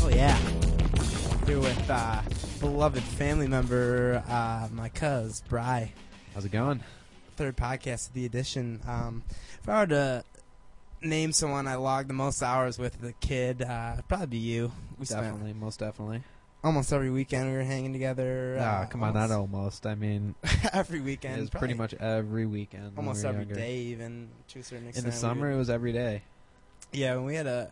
Oh yeah. Here with uh, beloved family member, uh, my cuz Bry. How's it going? Third podcast of the edition. Um, if I were to name someone I logged the most hours with as a kid, uh, it'd probably be you. We spent Definitely, most definitely. almost every weekend we were hanging together. Ah, uh, come on, not almost almost. I mean, every weekend. it was probably pretty much every weekend. when almost we were every day, younger. even to a certain In extent. the we summer, would- it was every day. yeah, we had a.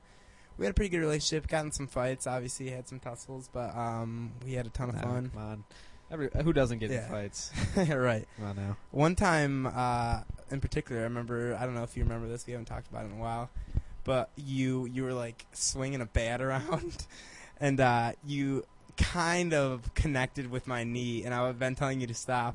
We had a pretty good relationship. Got in some fights, obviously had some tussles, but um, we had a ton of Nah, fun. Come on, every who doesn't get Yeah. in fights? right. Come on now. One time, uh, in particular, I remember. I don't know if you remember this. We haven't talked about it in a while, but you you were like swinging a bat around, and uh, you kind of connected with my knee, and I've been telling you to stop.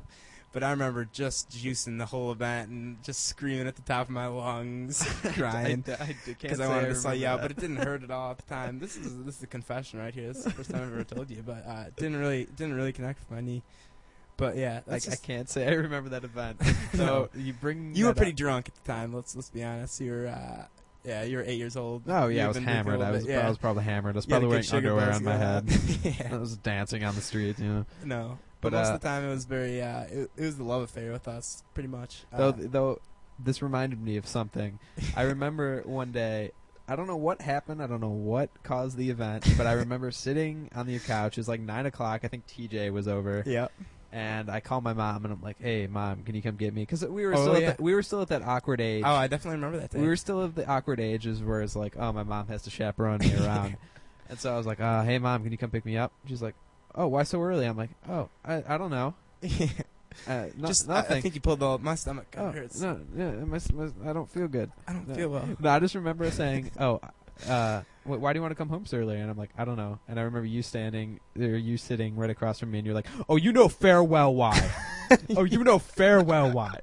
But I remember just juicing the whole event and just screaming at the top of my lungs, crying I, I, I because I wanted to sell you out, but it didn't hurt at all at the time. This is this is a confession right here. This is the first time I've ever told you, but uh, it didn't really didn't really connect with my knee. But yeah, like that's I just- can't say I remember that event. So No. you bring You were that pretty up. drunk at the time. Let's let's be honest. You were, uh, yeah, you were eight years old. Oh yeah, You'd I was been drinking a hammered. I little was bit, yeah. I was probably hammered. I was You had a probably good sugar wearing underwear buzz on my going head. I yeah. was dancing on the street. You know. No, but, But, most uh, of the time it was very. Uh, it, it was the love affair with us, pretty much. Uh, though though this reminded me of something i remember one day i don't know what happened i don't know what caused the event but i remember sitting on the couch it was like nine o'clock i think tj was over yeah, and i called my mom and i'm like hey mom can you come get me because we were Oh, still yeah. at the, we were still at that awkward age oh, I definitely remember that. Day. we were still at the awkward ages where it's like oh my mom has to chaperone me around and so i was like uh, hey mom can you come pick me up she's like oh why so early i'm like oh i, I don't know uh, no, just I- nothing I, think you pulled the my stomach. Oh, hurts. no, yeah, my, my, I don't feel good. I don't no. feel well. No, I just remember saying, "Oh, uh, wh- why do you want to come home so early?" And I'm like, "I don't know." And I remember you standing, or you sitting right across from me, and you're like, "Oh, you know farewell why? oh, you know farewell why?"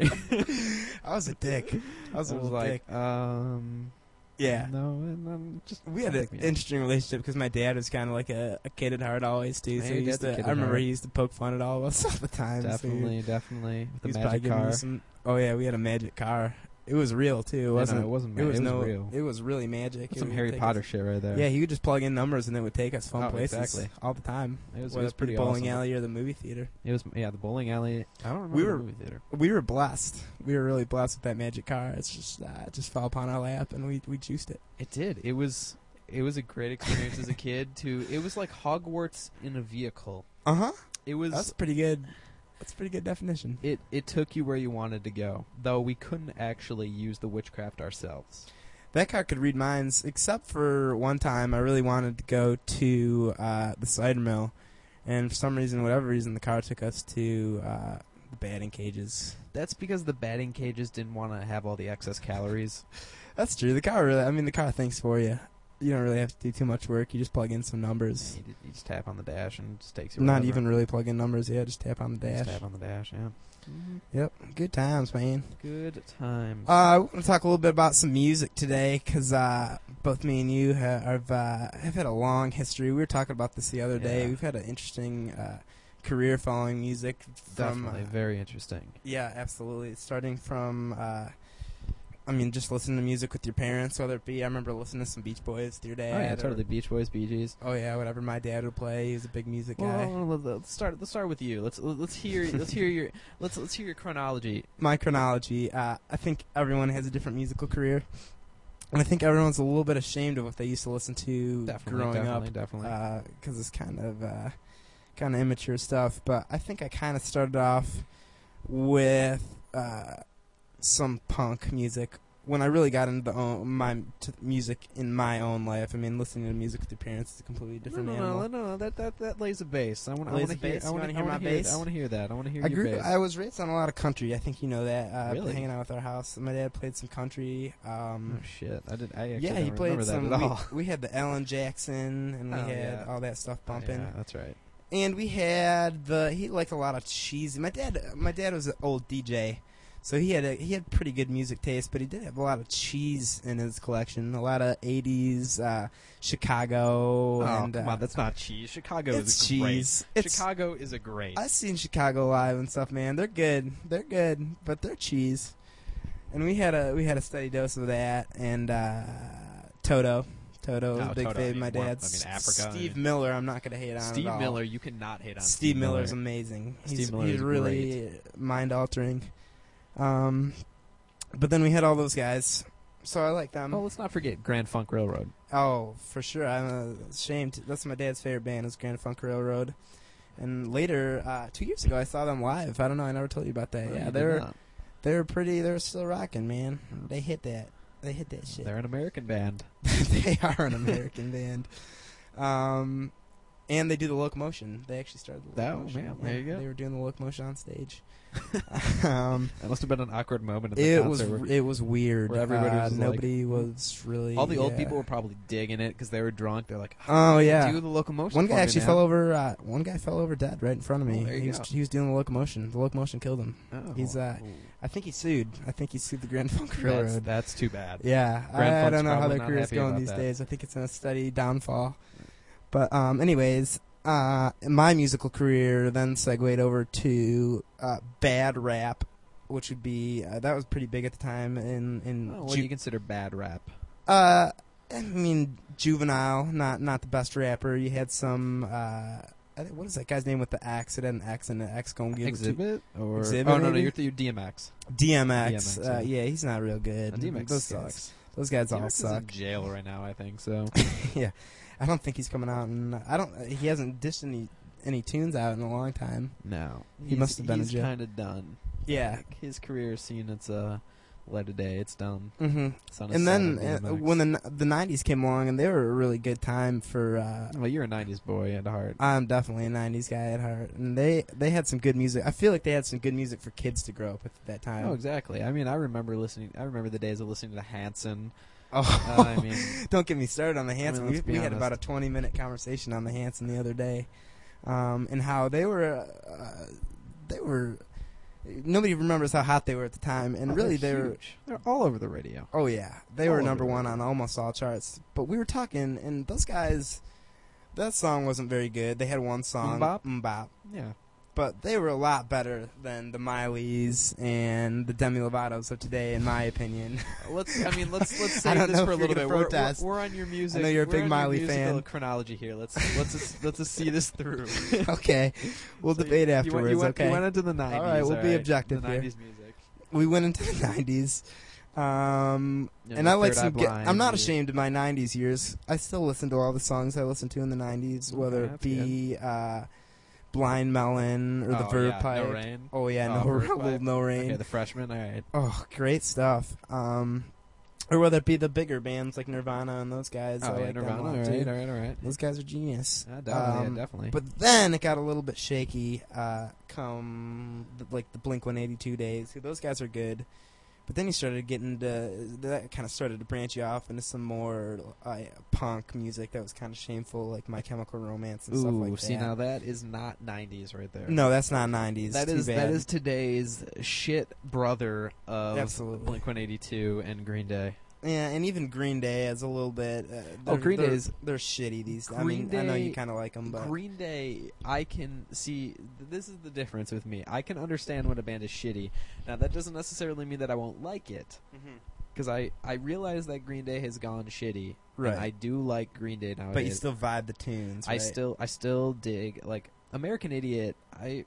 I was a dick. I was a I was little like, dick. "Um, Yeah. no, and I'm just We had don't an pick me up." interesting relationship because my dad was kind of like a, a kid at heart always too. So Yeah, your he used dad's to, a kid I at remember heart. he used to poke fun at all of us all the time. so he- definitely, definitely he with was the probably magic giving me car. Some, oh yeah, we had a magic car. It was real too. It Yeah, wasn't. no, it wasn't. it ma- was no. real. It was really magic. That's It some would Harry take Potter us- shit right there. yeah, he would just plug in numbers and it would take us fun Oh, places exactly. all the time. it was, it whether was it be pretty bowling awesome. alley or the movie theater. It was yeah, the bowling alley. I don't remember We the were- movie theater. We were blessed. We were really blessed with that magic car. It's just uh, it just fell upon our lap and we we juiced it. It did. It was it was a great experience as a kid to it was like Hogwarts in a vehicle. Uh huh. It was That's pretty good. That's a pretty good definition. it it took you where you wanted to go, though we couldn't actually use the witchcraft ourselves. That car could read minds, except for one time I really wanted to go to uh, the cider mill, and for some reason, whatever reason, the car took us to uh, the batting cages. That's because the batting cages didn't want to have all the excess calories. That's true. The car really, I mean, the car thinks for you. You don't really have to do too much work. You just plug in some numbers. you, d- you just tap on the dash and it just takes you. Not wherever. even really plug in numbers. Yeah, just tap on the You dash. Just tap on the dash. Yeah. Yep. Good times, man. Good times. Uh, I want to talk a little bit about some music today because uh, both me and you ha- have uh, have had a long history. We were talking about this the other day. Yeah. We've had an interesting uh, career following music. From, Definitely uh, very interesting. yeah, absolutely. Starting from, uh, I mean, just listening to music with your parents, whether it be I remember listening to some Beach Boys with your dad. oh yeah, or- totally. Beach Boys, Bee Gees. Oh yeah, whatever my dad would play. He was a big music Well, guy. well, well, let's start. Let's start with you. Let's let's hear let's hear your let's let's hear your chronology. my chronology, uh, I think everyone has a different musical career. And I think everyone's a little bit ashamed of what they used to listen to Definitely, growing definitely, up. definitely. Because it's kind of uh, kind of immature stuff. But I think I kind of started off with uh, some punk music. When I really got into the own, my to music in my own life, I mean, listening to music with your parents is a completely different no, no, animal. no, no, no, that that that lays a bass. I want I Lays want to a hear bass? I You want to wanna hear hear my my bass. bass? I want to hear that. I want to hear I your grew. bass. I was raised on a lot of country. I think you know that. Uh, Really? Hanging out with our house, my dad played some country. oh Um, shit! I did. I actually yeah, don't he played remember some. that at all. We, we had the Ellen Jackson, and we Oh, had yeah. all that stuff Oh, bumping. yeah, that's right. and we had the he liked a lot of cheesy. My dad, my dad was an old DJ, so he had a, he had pretty good music taste, but he did have a lot of cheese in his collection, a lot of '80s uh, Chicago Oh, and come uh, on, that's not cheese. Chicago it's is great. cheese. It's Chicago is a great. I've seen Chicago live and stuff, man. They're good. They're good, but they're cheese. And we had a we had a steady dose of that and uh, Toto. Toto was Oh, a big Toto, I favorite. mean, My one- I dad's mean, Africa, I Steve mean- Miller. I'm not gonna hate on Steve at all. Miller, you cannot hate on Steve, Miller's amazing. Steve he's Miller he's is really mind altering. Um, but then we had all those guys, so I like them. Well, let's not forget Grand Funk Railroad. Oh, for sure. I'm uh, ashamed. That's my dad's favorite band is Grand Funk Railroad. And later, uh, two years ago, I saw them live. I don't know. I never told you about that. No, you yeah, did they were not. they were pretty. They were still rocking, man. They hit that. They hit that shit. they're an American band. they are an American band. Um, and they do the locomotion. They actually started the Oh, locomotion. man, there you go. They were doing the locomotion on stage. um, That must have been an awkward moment at the it was concert. where it was weird. where everybody Uh, was like- hmm. nobody was really. all the old yeah. people were probably digging it because they were drunk. They're like, Oh yeah. "Do the locomotion." One guy for me actually now." fell over. Uh, one guy fell over dead right in front of Oh, me. there you he, was, go. he was doing the locomotion. The locomotion killed him. Oh. He's, uh, I think he sued. I think he sued the Grand Funk Railroad. That's, that's too bad. yeah, Grand I, I Funk's don't know how probably their not career's happy going about these that. days. I think it's in a steady downfall. But um, anyways, uh, my musical career then segued over to uh, bad rap, which would be uh, that was pretty big at the time in in Oh, what ju- do you consider bad rap? uh, I mean, juvenile, not not the best rapper. You had some. Uh, I think- what is that guy's name with the axe? It had an X and an X gonna give it to- Exhibit or Exhibit, oh no no maybe? you're, you're DMX. DMX. DMX, uh, yeah. yeah, he's not real good. Uh, DMX those guys, sucks. those guys all DMX is suck. in jail right now, I think. So I don't think he's coming out, and I don't. uh, He hasn't dished any any tunes out in a long time. no, He He's- must have been in he's jail. kind of done. Yeah. Like, his career is seen its uh, light of day. It's done. hmm It's on a And then sad uh, DMX. when the n- the '90s came along, and they were a really good time for uh, well, you're a '90s boy at heart. I'm definitely a '90s guy at heart, and they they had some good music. I feel like they had some good music for kids to grow up with at that time. Oh, exactly. I mean, I remember listening. I remember the days of listening to Hanson. Oh, Uh, I mean, don't get me started on the Hanson. I mean, let's we be we had honest. about a 20 minute conversation on the Hanson the other day, um, and how they were uh, they were nobody remembers how hot they were at the time, and oh, really they they're were huge. they're all over the radio. Oh yeah, they All were over number the one on radio. almost all charts. But we were talking, and those guys, that song wasn't very good. They had one song, Mbop? Mbop. Yeah, But they were a lot better than the Miley's and the Demi Lovato's of today, in my opinion. let's. I mean, let's let's I save don't this know for a if you're little gonna bit. We're, we're, protest. we're on your music. know you're a we're big on your Miley musical fan. Chronology here. Let's let's just, let's just see this through. okay, we'll So you- debate you went- afterwards. You went, okay, you went into the '90s. right, we'll be alright. objective the here. '90s music. we went into the '90s. Um, You know, and the I like Third Eye some. Ga- Blind, I'm not the- ashamed of my '90s years. I still listen to all the songs I listened to in the '90s, whether Okay, it that's be uh, Blind Melon or the Oh, Verb yeah, Pipe. No rain. Oh yeah, Oh, no, Verb Rebel, Pipe. no rain. Okay, the freshman. All right. Oh, great stuff. Um, or whether it be the bigger bands like Nirvana and those guys. I oh, yeah, like them a Nirvana. All lot, right, too. all right, all right. Those guys are genius. Yeah, definitely, Um, yeah, definitely. But then it got a little bit shaky. Uh, come th- like the Blink One Eighty Two days. who- Those guys are good. But then you started getting to that kind of started to branch you off into some more uh, punk music that was kind of shameful, like My Chemical Romance and stuff Ooh, like that. see now that is not '90s right there. no, that's not nineties. that Too is bad. that is today's shit brother of Absolutely. Blink One Eighty Two and Green Day. Yeah, and even Green Day is a little bit. Uh, Oh, they're- Green they're, Day is- they're shitty these. I Green mean, I know Day- you kind of like them, but Green Day, I can see. th- This is the difference with me. I can understand when a band is shitty. Now that doesn't necessarily mean that I won't like it Mm-hmm. because I I realize that Green Day has gone shitty. right. And I do like Green Day nowadays. but you still vibe the tunes. I right? still I still dig like American Idiot. I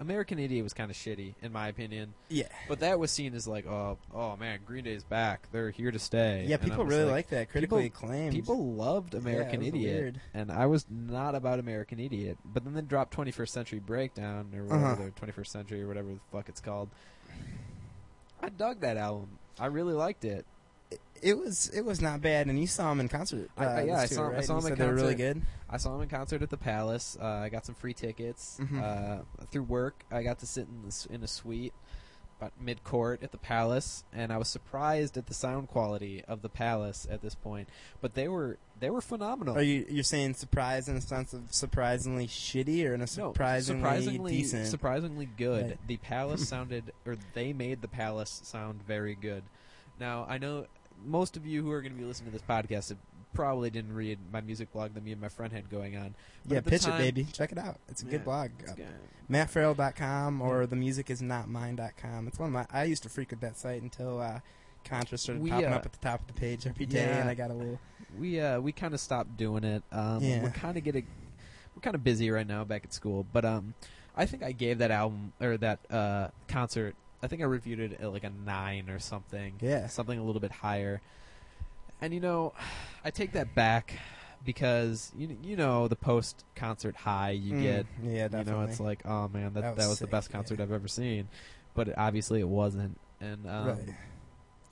American Idiot was kind of shitty in my opinion. yeah But that was seen as like, oh, oh man, Green Day's back. They're here to stay. yeah. And I People was really like, that. Critically acclaimed. People loved Yeah, American it was Idiot, weird. and I was not about American Idiot. But then they dropped 21st Century Breakdown or whatever, Uh-huh. the 21st Century or whatever the fuck it's called. I dug that album. I really liked it. It, it was it was not bad, and you saw them in concert. I- uh, I- yeah, this I too, saw 'em- I right? saw You 'em in said They were really good. I saw him in concert at the Palace. Uh, I got some free tickets Mhm. uh, through work. I got to sit in the, s- in a suite. about mid court at the Palace, and I was surprised at the sound quality of the Palace at this point. But they were they were phenomenal. Are you you're saying surprise in a sense of surprisingly shitty or in a No, surprisingly, surprisingly decent? surprisingly good. Right. The palace sounded, or they made the palace sound very good. Now I know most of you who are going to be listening to this podcast have probably didn't read my music blog that me and my friend had going on. But yeah, at the pitch time- it, baby. Check it out. It's a Yeah. good blog. Uh, Yeah. MattFarrell.com or the music is not mine.com. It's one of my. I used to frequent that site until uh, Contra started We, popping uh, up at the top of the page every day, yeah. and I got a little. We uh we kind of stopped doing it. Um, Yeah. We're kind of getting we're kind of busy right now back at school, but um I think I gave that album or that uh concert. I think I reviewed it at like a nine or something. Yeah. something a little bit higher. And you know, I take that back because you you know the post concert high you Mm, get. Yeah, definitely. You know, it's like oh man, that That that was, was the sick, best concert yeah. I've ever seen, but it, obviously it wasn't. And um, Right.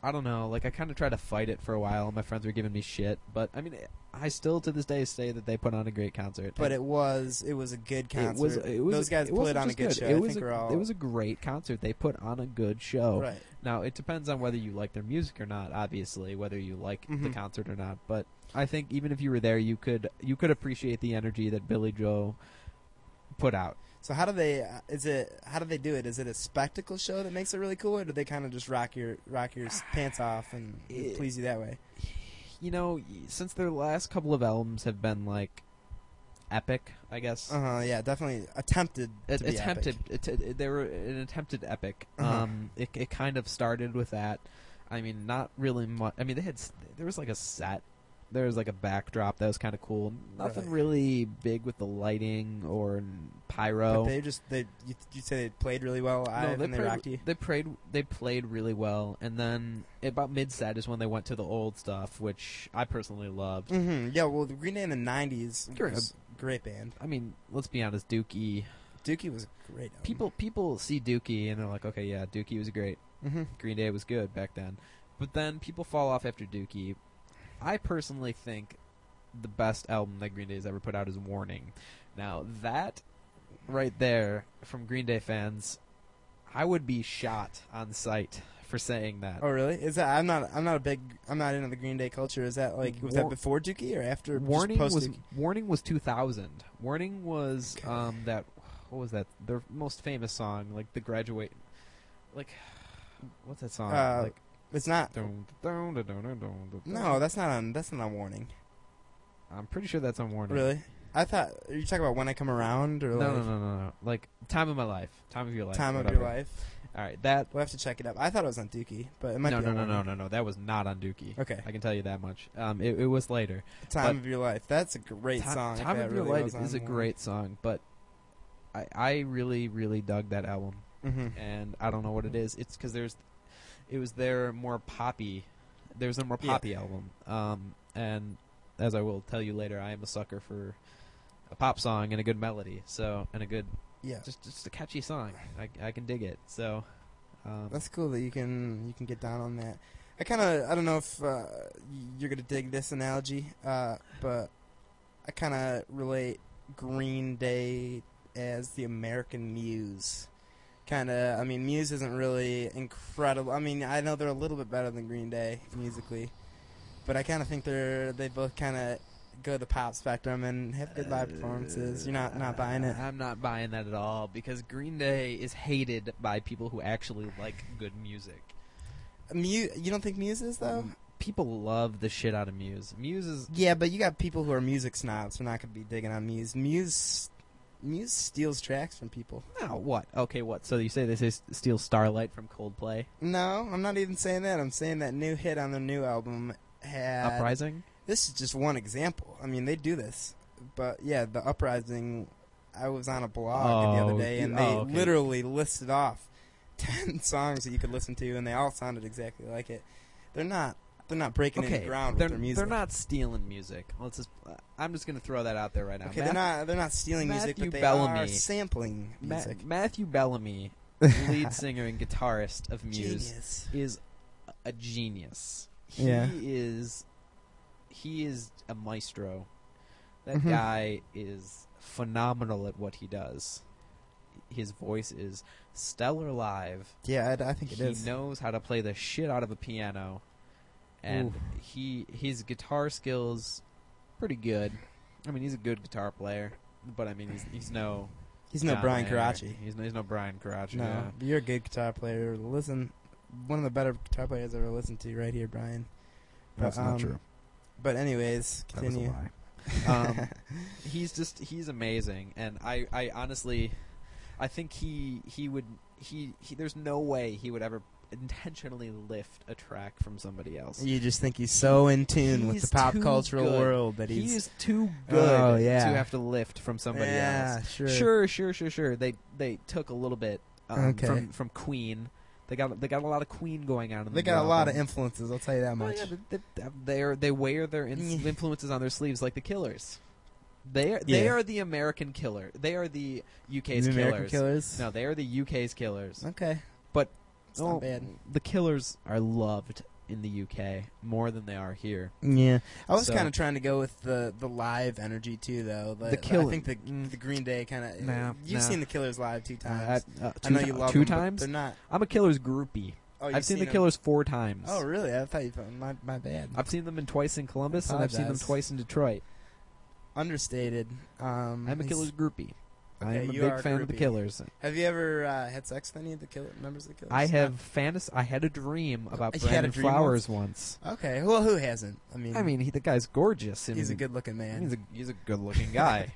I don't know, like I kind of tried to fight it for a while. and My friends were giving me shit, but I mean, I still to this day say that they put on a great concert. But And it was it was a good concert. It was, it was Those guys it put wasn't it on a just good, show. It I was think a, we're all it was a great concert. They put on a good show. right. Now, it depends on whether you like their music or not, obviously, whether you like the Mhm. concert or not, but I think even if you were there, you could you could appreciate the energy that Billy Joe put out. So how do they? uh, Is it how do they do it? Is it a spectacle show that makes it really cool, or do they kind of just rock your rock your s- pants off and It- please you that way? You know, since their last couple of albums have been like epic, I guess. Uh huh. Yeah, definitely attempted It- to be attempted epic. it- they were an attempted epic. Uh-huh. Um it it kind of started with that. I mean, not really much. I mean, they had s- there was like a set there was like a backdrop that was kind of cool. Nothing Right. really big with the lighting or n- pyro. But they just they you, you say they played really well No, live they and they played- rocked you. They played. They played really well, and then about mid set is when they went to the old stuff, which I personally loved. Mm-hmm. Yeah, well, the Green Day in the '90s Sure. was a great band. I mean, let's be honest, Dookie. Dookie was a great. album. People people see Dookie and they're like, okay, yeah, Dookie was great. Mhm. Green Day was good back then, but then people fall off after Dookie. I personally think the best album that Green Day has ever put out is Warning. Now that right there from Green Day fans, I would be shot on sight for saying that. Oh really? Is that I'm not I'm not a big I'm not into the Green Day culture. Is that like was War- that before Dookie or after? just Warning post was Dookie? Warning was 2000. Warning was Okay. um that what was that their most famous song like the graduate like what's that song Uh, like It's not. dun, dun, dun, dun, dun, dun, dun. No, that's not on. That's not on Warning. I'm pretty sure that's on Warning. Really? I thought are you talking about when I come around or No, like no, no, no, no. Like time of my life, time of your life, time of whatever. your life? All right, that We'll have to check it up. I thought it was on Dookie, but it might no, be. no, on no, no, Warning. no, no. That was not on Dookie. Okay, I can tell you that much. Um, it, it was later. time but- of your life. That's a great Ti- song. if Time that of Your really Life was is a on great song, but I I really really dug that album. Warning. Mhm. and I don't know what it is. It's because there's, it was their more poppy, there's a more Yeah. poppy album. Um, and as I will tell you later, I am a sucker for a pop song and a good melody. So and a good, Yeah, just just a catchy song. I I can dig it. So, um, that's cool that you can you can get down on that. I kind of I don't know if uh, you're gonna dig this analogy, uh, but I kind of relate Green Day as the American Muse. Kind of, I mean, Muse isn't really incredible. I mean, I know they're a little bit better than Green Day musically, but I kind of think they're they both kind of go the pop spectrum and have good live performances. You're not not buying it. I'm not buying that at all because Green Day is hated by people who actually like good music. Muse, you don't think Muse is though? People love the shit out of Muse. Muse is Yeah, but you got people who are music snobs. We're not gonna be digging on Muse. Muse, Muse steals tracks from people. No, ah, what? Okay, what? So you say they say s- steal Starlight from Coldplay? No, I'm not even saying that. I'm saying that new hit on their new album had. Uprising? This is just one example. I mean, they do this, but yeah, the uprising. I was on a blog the Oh, other day, you- and they oh, okay. literally listed off ten songs that you could listen to, and they all sounded exactly like it. They're not. They're not breaking Okay, any ground they're, with their music. they're not stealing music. Let's just. uh, I'm just gonna throw that out there right now. Okay, Math- they're not. They're not stealing music, Matthew but they Bellamy. are sampling Ma- music. Matthew Bellamy, lead singer and guitarist of Muse, Genius. is a- a genius. He Yeah. is. He is a maestro. That Mhm. guy is phenomenal at what he does. his voice is stellar live. Yeah, I, I think it he is. knows how to play the shit out of a piano, and he his guitar skills pretty good. I mean, he's a good guitar player, but I mean, he's he's no He's no John Brian Mayer. Karachi. He's no, he's no Brian Karachi. No, yeah. you're a good guitar player. Listen, one of the better guitar players I've ever listened to, right here, Brian. But, That's um, not true. But anyways, That was a continue. lie. um, he's just he's amazing and I, I honestly i think he he would he, he there's no way he would ever intentionally lift a track from somebody else You just think he's so in tune with the He's pop too cultural good. world that he's, he is too good Oh, yeah. to have to lift from somebody yeah, else sure. sure sure sure sure they they took a little bit um, Okay. from from queen they got they got a lot of queen going on in They the got a lot of album. influences. I'll tell you that Oh, much. yeah, they, they, they're- they wear their ins- Yeah. influences on their sleeves like the Killers. They are, they Yeah. are the American killer. They are the UK's The killers. American Killers. No, they are the UK's killers. Okay. But- it's not Oh, bad. The killers are loved in the UK more than they are here. Yeah, I was So- kind of trying to go with the the live energy too, though. The, The Kill- I think the mm. the Green Day kind of. Nah, you've nah. seen the Killers live two Uh, times. I- uh, I two know ti- you love two them, but times. They're not. I'm a killers groupie. Oh, I've you've seen, the them. killers four times. Oh, really? I thought you. My my bad. I've seen them in twice in Columbus, and I've seen them Apologize. twice in Detroit. Understated. Um, I'm a he's- killers groupie. I Okay, am a you big are a fan of the groupie. killers. Have you ever uh, had sex with any of the killer members of the Killers? I have fantas- I had a dream about You had a Brandon dream Flowers once. Okay. Well, who hasn't? I mean, I mean, he, the guy's gorgeous. I he's a mean, good looking man. He's a he's a good looking guy.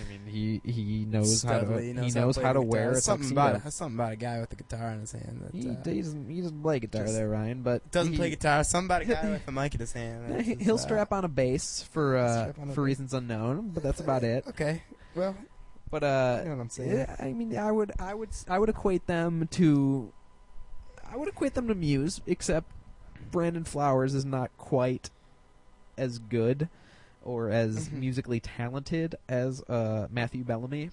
I mean, he he knows how to Studly, he how to knows play how the guitar. to wear a something tuxedo. about it- something about a guy with a guitar in his hand. That, He, uh, he doesn't he doesn't play guitar just- there, Ryan. But doesn't he, play guitar. Somebody guy with a mic in his hand. Yeah, That's he- just, He'll uh, strap on a bass for uh, strap on a for bass. reasons unknown, but that's about it. Okay. Well, But you uh, know what I'm saying. yeah, I mean, I would I would s- I would equate them to I would equate them to Muse, except Brandon Flowers is not quite as good or as Mhm. musically talented as uh, Matthew Bellamy.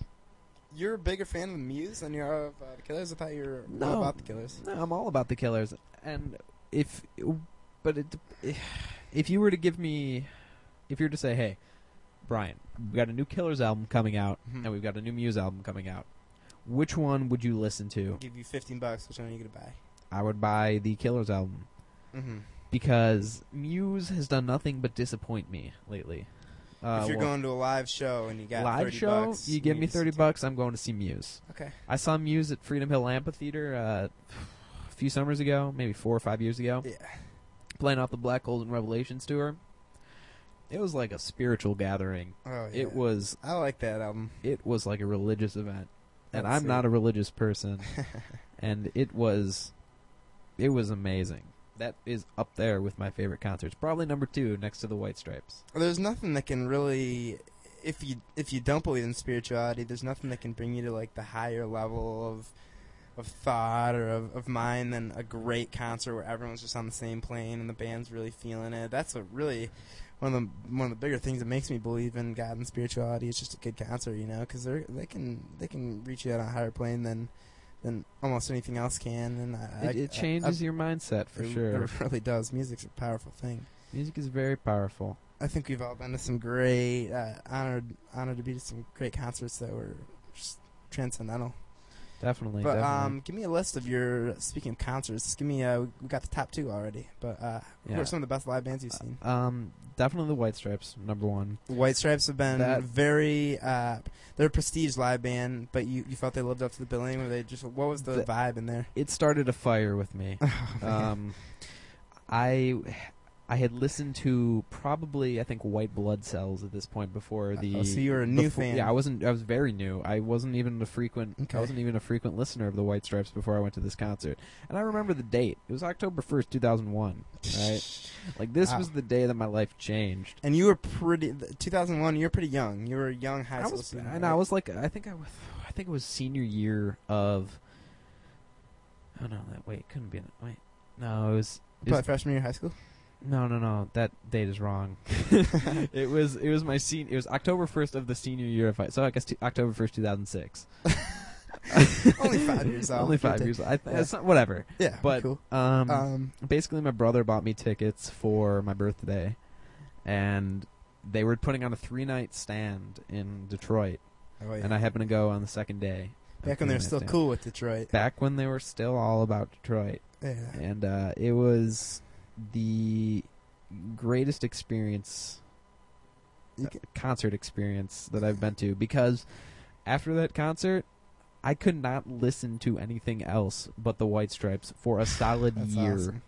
You're a bigger fan of the Muse than you are of uh, the Killers. I thought you were No. all about the Killers. No, I'm all about the killers, and if, but it, if you were to give me, if you were to say, hey, Brian, we got a new Killers album coming out, Mhm. and we've got a new Muse album coming out. Which one would you listen I'll to? give you 15 bucks. Which one are you gonna buy? I would buy the Killers album Mm-hmm. because Muse has done nothing but disappoint me lately. Uh, if you're well, going to a live show and you got live 30 show, bucks, you give me just- thirty bucks, I'm going to see Muse. Okay. I saw Muse at Freedom Hill Amphitheater uh, a few summers ago, maybe four or five years ago. Yeah. playing off the Black Holes and Revelations tour. It was like a spiritual gathering. Oh, yeah. It was I like that album. it was like a religious event, and That's I'm it. not a religious person, and it was it was amazing. That is up there with my favorite concerts. Probably number two next to the White Stripes. There's nothing that can really, if you if you don't believe in spirituality, there's nothing that can bring you to like the higher level of of thought or of, of mind than a great concert where everyone's just on the same plane and the band's really feeling it. That's what really one of the one of the bigger things that makes me believe in God and spirituality is just a good concert, you know, because they they can they can reach you at a higher plane than than almost anything else can, and I, It, I- it changes your mindset I- for it- sure. It really does. Music's a powerful thing. Music is very powerful. I think we've all been to some great uh, honored honored to be to some great concerts that were just transcendental. Definitely. but definitely. um, give me a list of your speaking of concerts. Give me uh, we got the top two already. But uh, who Yeah. are some of the best live bands you've seen? um, definitely the White Stripes, number one. White Stripes have been That- very uh, they're a prestige live band, but you, you felt they lived up to the billing. Where they just what was the, The- vibe in there? It started a fire with me. Oh, man. um, I I had listened to probably I think White Blood Cells at this point before the. Uh-oh, so you were a new befo- fan. Yeah, I wasn't. I was very new. I wasn't even a frequent. Okay. I wasn't even a frequent listener of the White Stripes before I went to this concert. And I remember the date. It was October first, two thousand one. Right. Like this Wow. was the day that my life changed. and you were pretty. 2001. You were pretty young. You were a young high I school was, student. and right? I was like, I think I was, I think it was senior year of. Oh no! That wait couldn't be. Wait, no, it was. it was Probably freshman year of high school. No, no, no. That date is wrong. it was it was my sen- It was October first of the senior year of high. So I guess t- October first, two thousand six. Only five years old. Only five years. Old. I th- it's not- whatever. Yeah, But cool. um, Um, basically, my brother bought me tickets for my birthday, and they were putting on a three night stand in Detroit, oh, yeah. and I happened to go on the second day. Back when they were still Afghanistan. cool with Detroit. Back when they were still all about Detroit. Yeah. and uh, it was the greatest experience You uh, concert experience that I've been to because after that concert I could not listen to anything else but the White Stripes for a solid That's year. awesome.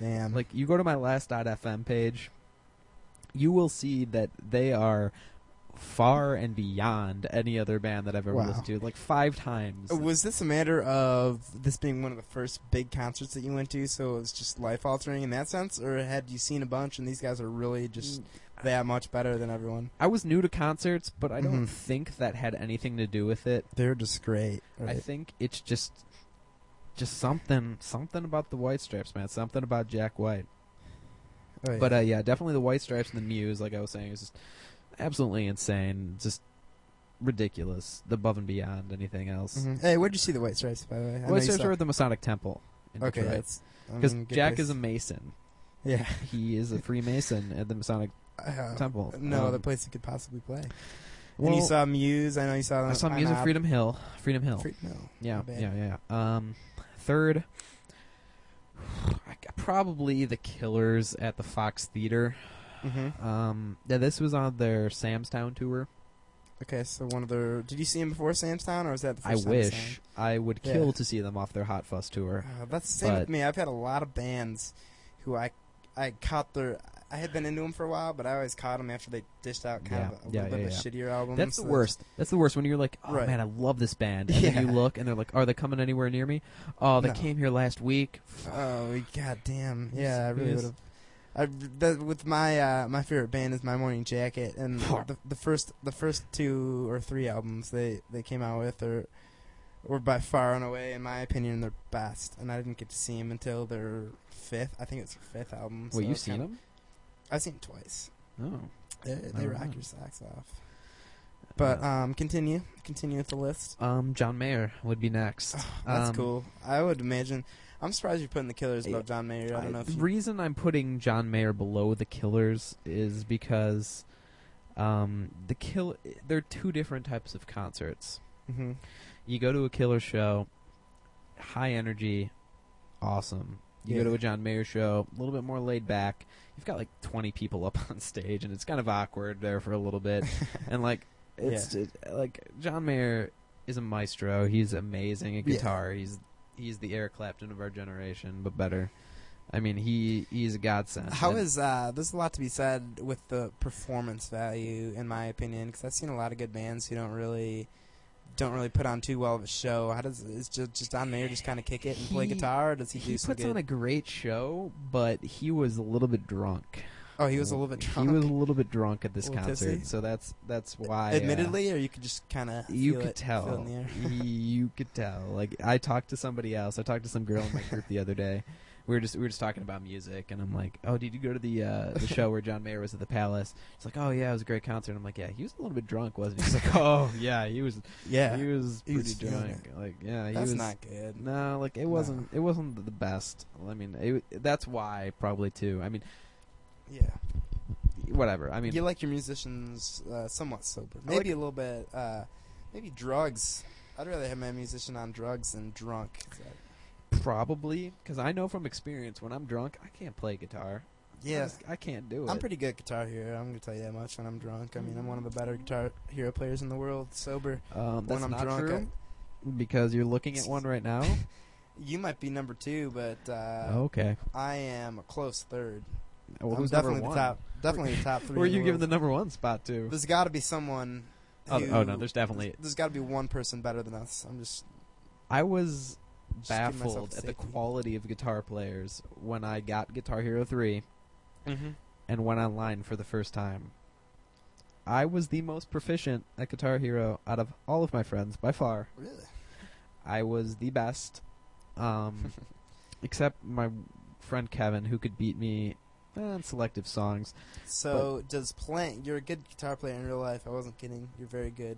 Damn. Like you go to my last.fm page, you will see that they are far and beyond any other band that I've ever Wow. listened to like 5 times. Uh, was this a matter of this being one of the first big concerts that you went to, so it was just life altering in that sense, or had you seen a bunch and these guys are really just Mm, that much better than everyone? I was new to concerts, but I don't Mhm. think that had anything to do with it. They're just great. I think it's just just something something about the White Stripes, man. Something about Jack White. Oh, But uh, yeah, definitely the White Stripes and the Muse, like I was saying, is just absolutely insane, just ridiculous, above and beyond anything else. hey, where'd you see the White Stripes by the way? Mm-hmm. I know you Mm-hmm. White Stripes saw- are at the Masonic Temple in okay, Detroit that's because I mean, good Jack place. is a Mason. yeah. He is a Freemason at the Masonic Uh, Temple. no Um, other place you could possibly play. well, and you saw Muse. I know you saw. them I saw on Muse at Op- Freedom Hill. Freedom Hill. Free- no, Yeah, My bad. yeah, yeah, yeah. Um, third, I g- probably the Killers at the Fox Theater. hmm Um, yeah, this was on their Samstown tour. Okay, so one of their. Did you see him before Sam's Town, or was that the I first time you saw wish I would Yeah. kill to see them off their Hot Fuss tour. Uh, that's the same with But- me. I've had a lot of bands who I I caught their. I had been into them for a while, but I always caught them after they dished out kind Yeah, of a yeah, little bit yeah, of yeah. shittier albums. That's the So worst. That's the worst when you're like, oh Right. man, I love this band. And Yeah. then you look and they're like, are they coming anywhere near me? Oh, they No. came here last week. just- Oh god damn! Yeah, I Yes, really yes. would have. I, that, with my uh, my favorite band is My Morning Jacket, and the, the first the first two or three albums they, they came out with are were by far and away, in my opinion, their best. And I didn't get to see them until their fifth. I think it's their fifth album. so Wait, you've it's seen kinda- them? I've seen it twice. Oh, They, they All rock right. your socks off. But um, continue, continue with the list. um, John Mayer would be Oh, next. That's Um, cool. I would imagine. I'm surprised you're putting the Killers above John Mayer. I don't I- know if the you, reason I'm putting John Mayer below the Killers is because um, the kill they're two different types of concerts. Mhm. You go to a Killer show, high energy, awesome. You Yeah. go to a John Mayer show, a little bit more laid back. You've got like 20 people up on stage, and it's kind of awkward there for a little bit. and like, it's it- like John Mayer is a maestro. He's amazing at Yeah. guitar. He's he's the Eric Clapton of our generation, but better. I mean, he he's a godsend. How And- is uh? There's a lot to be said with the performance value, in my opinion, because I've seen a lot of good bands who don't really don't really put on too well of a show. How does is just, just John Mayer just kind of kick it and play He- guitar? Or does he, he do puts some good? on a great show, but he was a little bit drunk. oh, he was a little bit drunk. He was a little bit drunk at this A little concert, tipsy? so that's that's why. uh, Admittedly, or you could just kind of you feel could it, feel it tell. in the air? you could tell. Like I talked to somebody else. I talked to some girl in my group the other day. We were just we were just talking about music, and I'm like, "Oh, did you go to the uh, the show where John Mayer was at the Palace?" She's like, "Oh yeah, it was a great concert." I'm like, "Yeah, he was a little bit drunk, wasn't he?" She's like, "Oh yeah, he was. Yeah, he was he pretty was feeling drunk. Like yeah, he that's was not good. No, like it No. wasn't. It wasn't the best. I mean, it, that's why probably too. I mean, Yeah. whatever. I mean, you like your musicians uh, somewhat sober, I like- maybe a little bit, uh, maybe drugs. I'd rather have my musician on drugs than drunk. 'Cause I- probably because I know from experience when I'm drunk, I can't play guitar. I, Yeah, just- I can't do it. I'm pretty good guitar hero. I'm gonna tell you that much. When I'm drunk, I mean, I'm one of the Mm. better guitar hero players in the world sober. Um, that's when I'm not drunk, true because you're looking at one right now. Oh, I- you might be number two, but uh, okay, I am a close third. Oh, well, I'm who's number definitely the one? top. Definitely the top three. Who are in you the giving world. the number one spot to? There's got to be someone. Oh, who- oh, no, there's definitely. There's, there's got to be one person better than us. I'm just I was Just give myself baffled at the safety. quality of guitar players when I got Guitar Hero three. Mm-hmm. and went online for the first time. I was the most proficient at Guitar Hero out of all of my friends by far. really. I was the best, um, except my friend Kevin, who could beat me eh, on selective songs. So does playing? You're a good guitar player in real life. I wasn't kidding. You're very good,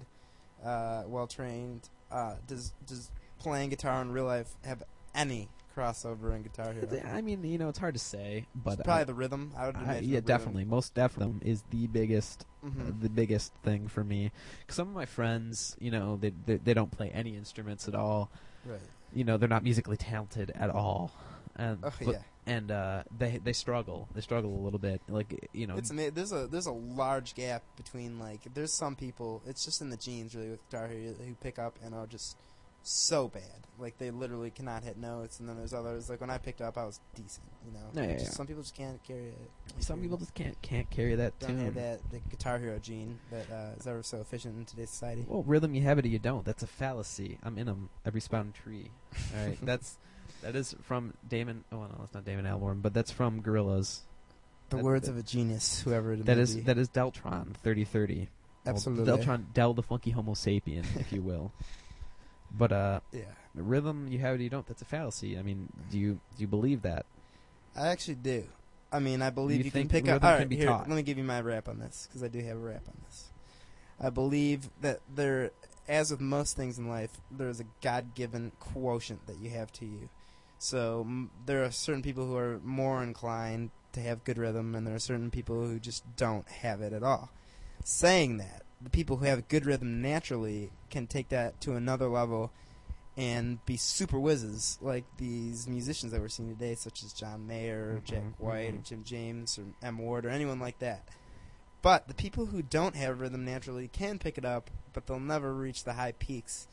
uh, well trained. Uh, does does playing guitar in real life have any crossover in Guitar Hero. It's I mean, you know, it's hard to say, but probably the rhythm. I would I- I- imagine. yeah, definitely, most definitely is the biggest uh, Mm-hmm. the biggest thing for me. 'Cause some of my friends, you know, they, they they don't play any instruments at all. Right. You know, they're not musically talented at all, and Oh but- yeah. and uh, they they struggle. They struggle a little bit. Like you know, It's ama- there's a there's a large gap between like there's some people it's just in the genes really with guitar Hero who pick up and are just so bad like they literally cannot hit notes and then there's others like when I picked up I was decent you know Yeah, yeah, Just- yeah. some people just can't carry it some people just can't can't carry that don't tune. have that the guitar hero gene that uh, is ever so efficient in today's society Well, rhythm you have it or you don't. That's a fallacy. I'm in 'em. Every spound tree. All right, that's that is from Damon. Oh no, that's not Damon Albarn, but that's from Gorillas. the that- words that- of a genius whoever it That may is be. that is Deltron thirty thirty. absolutely Deltron Del the funky Homo sapien, if you will. But uh, yeah rhythm you have it or you don't. That's a fallacy. I mean, do you do you believe that? I actually do I mean, I believe You you, think can pick up. rhythm All can right, be here, taught? let me give you my rap on this because I do have a rap on this. I believe that there, as with most things in life, there is a God-given quotient that you have to you. So m- there are certain people who are more inclined to have good rhythm, and there are certain people who just don't have it at all. Saying that, the people who have good rhythm naturally can take that to another level and be super whizzes, like these musicians that we're seeing today, such as John Mayer, or Jack Mhm, White, or mhm. Jim James, or M. Ward, or anyone like that. But the people who don't have rhythm naturally can pick it up, but they'll never reach the high peaks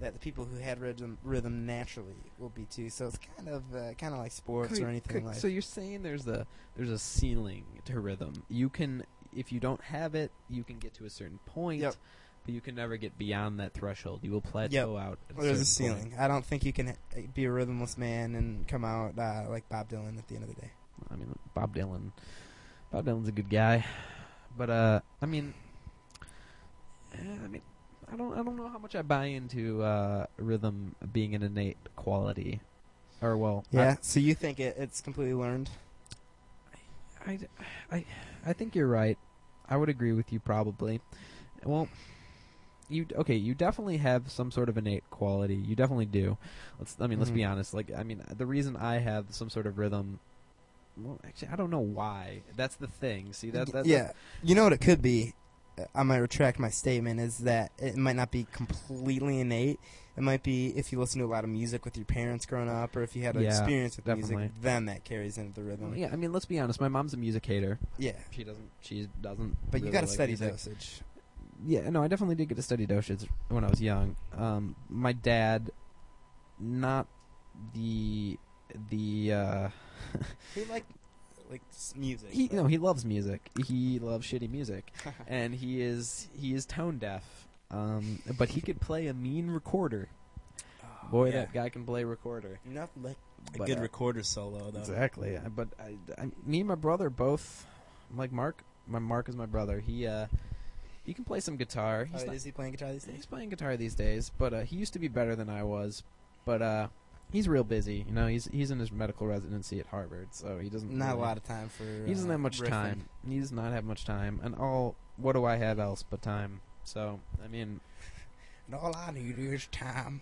that the people who had rhythm rhythm naturally will be too. So it's kind of uh, kind of like sports Could- or anything could- like. So you're saying there's a there's a ceiling to rhythm. You can if you don't have it, you can get to a certain point, Yep. but you can never get beyond that threshold. You will plateau out. At There's a certain ceiling. point. I don't think you can uh, be a rhythmless man and come out uh, like Bob Dylan at the end of the day. I mean, Bob Dylan. Bob Dylan's a good guy, but uh, I mean, eh, I mean, I don't I don't know how much I buy into uh, rhythm being an innate quality, or well, I- Yeah. so you think it, it's completely learned? I, I, I think you're right. I would agree with you probably. Well, you okay? You definitely have some sort of innate quality. You definitely do. Let's. I mean, let's be Mhm. honest. Like, I mean, the reason I have some sort of rhythm. Well, actually, I don't know why. That's the thing. See, that, that yeah. You know what it could be? Uh, I might retract my statement. Is that it might not be completely innate. It might be if you listen to a lot of music with your parents growing up, or if you had an Yeah, experience with music, definitely. then that carries into the Well, rhythm. yeah. I mean, let's be honest. My mom's a music hater. Yeah. She doesn't. She doesn't. But you really got to like study music. dosage. Yeah, no, I definitely did get to study dosage when I was young. Um, my dad, not the the uh, He liked like s- music. he but- no he loves music. He loves shitty music, and he is he is tone deaf. Um, but he could play a mean recorder. Oh, Boy, yeah. that guy can play recorder. Nothing like a But, good uh, recorder solo though. Exactly. I- But I, I, me and my brother both, like Mark, my Mark is my brother. He uh, he can play some guitar. Oh, He's not- is he playing guitar these days? He's playing guitar these days, but uh, he used to be better than I was. But uh, he's real busy. You know, he's he's in his medical residency at Harvard, so he doesn't Not a really- lot of time for. Mm-hmm. He doesn't uh, have much riffing. time. He does not have much time. And all what do I have else but time? So I mean, And all I need is time.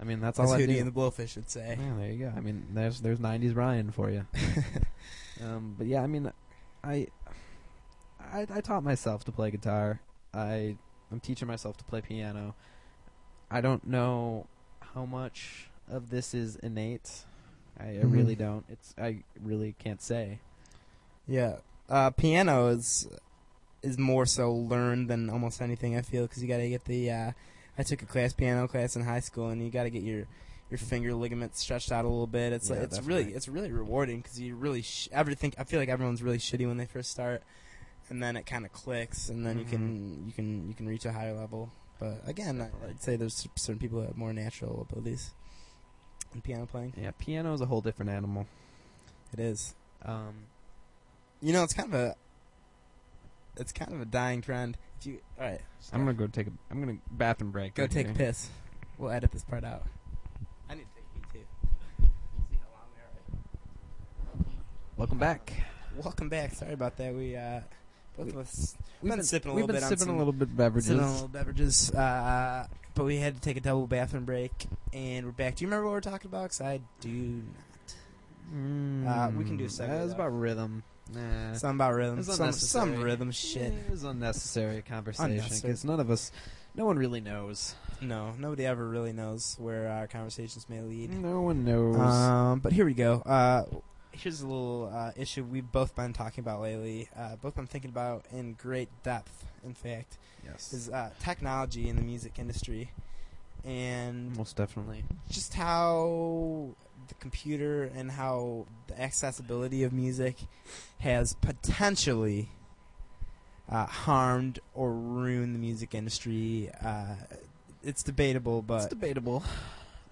I mean that's, That's all I Hootie do. and the Blowfish would say. Yeah, there you go. I mean, there's there's '90s Ryan for you. um, but yeah, I mean, I, I I taught myself to play guitar. I I'm teaching myself to play piano. I don't know how much of this is innate. I, I Mhm. really don't. It's I really can't say. Yeah, uh, piano is is more so learned than almost anything. I feel because you got to get the. Uh, I took a class piano class in high school, and you got to get your your finger ligaments stretched out a little bit. It's Yeah, like, it's definitely. really it's really rewarding because you really sh- everything. I feel like everyone's really shitty when they first start, and then it kind of clicks, and then you Mm-hmm. can you can you can reach a higher level. But again, I, I'd say there's certain people who have more natural abilities in piano playing. Yeah, piano is a whole different animal. It is. Um, You know, it's kind of a it's kind of a dying trend. If you all right, I'm gonna go take a I'm gonna bathroom break. go right take a here. piss. We'll edit this part out. I need to take me too. Welcome back. Welcome back. Sorry about that. We uh, both of us We've been sipping a little we've been bit on sipping some- a little bit beverages. sipping on little beverages, uh, but we had to take a double bathroom break And we're back. Do you remember what we're talking about? Because I do Uh, we can do a segue, That was though. Hmm, about rhythm. Nah. something about rhythm, It's some some unnecessary. rhythm shit. It was unnecessary conversation Unnecessary. because none of us, no one really knows. No, nobody ever really knows where our conversations may lead. No one knows. Um, but here we go. Uh, here's a little uh, issue we've both been talking about lately. Uh, both been thinking about in great depth. In fact, yes, is uh, technology in the music industry, and most definitely. just how the computer and how the accessibility of music has potentially uh, harmed or ruined the music industry. Uh, it's debatable, it's but debatable.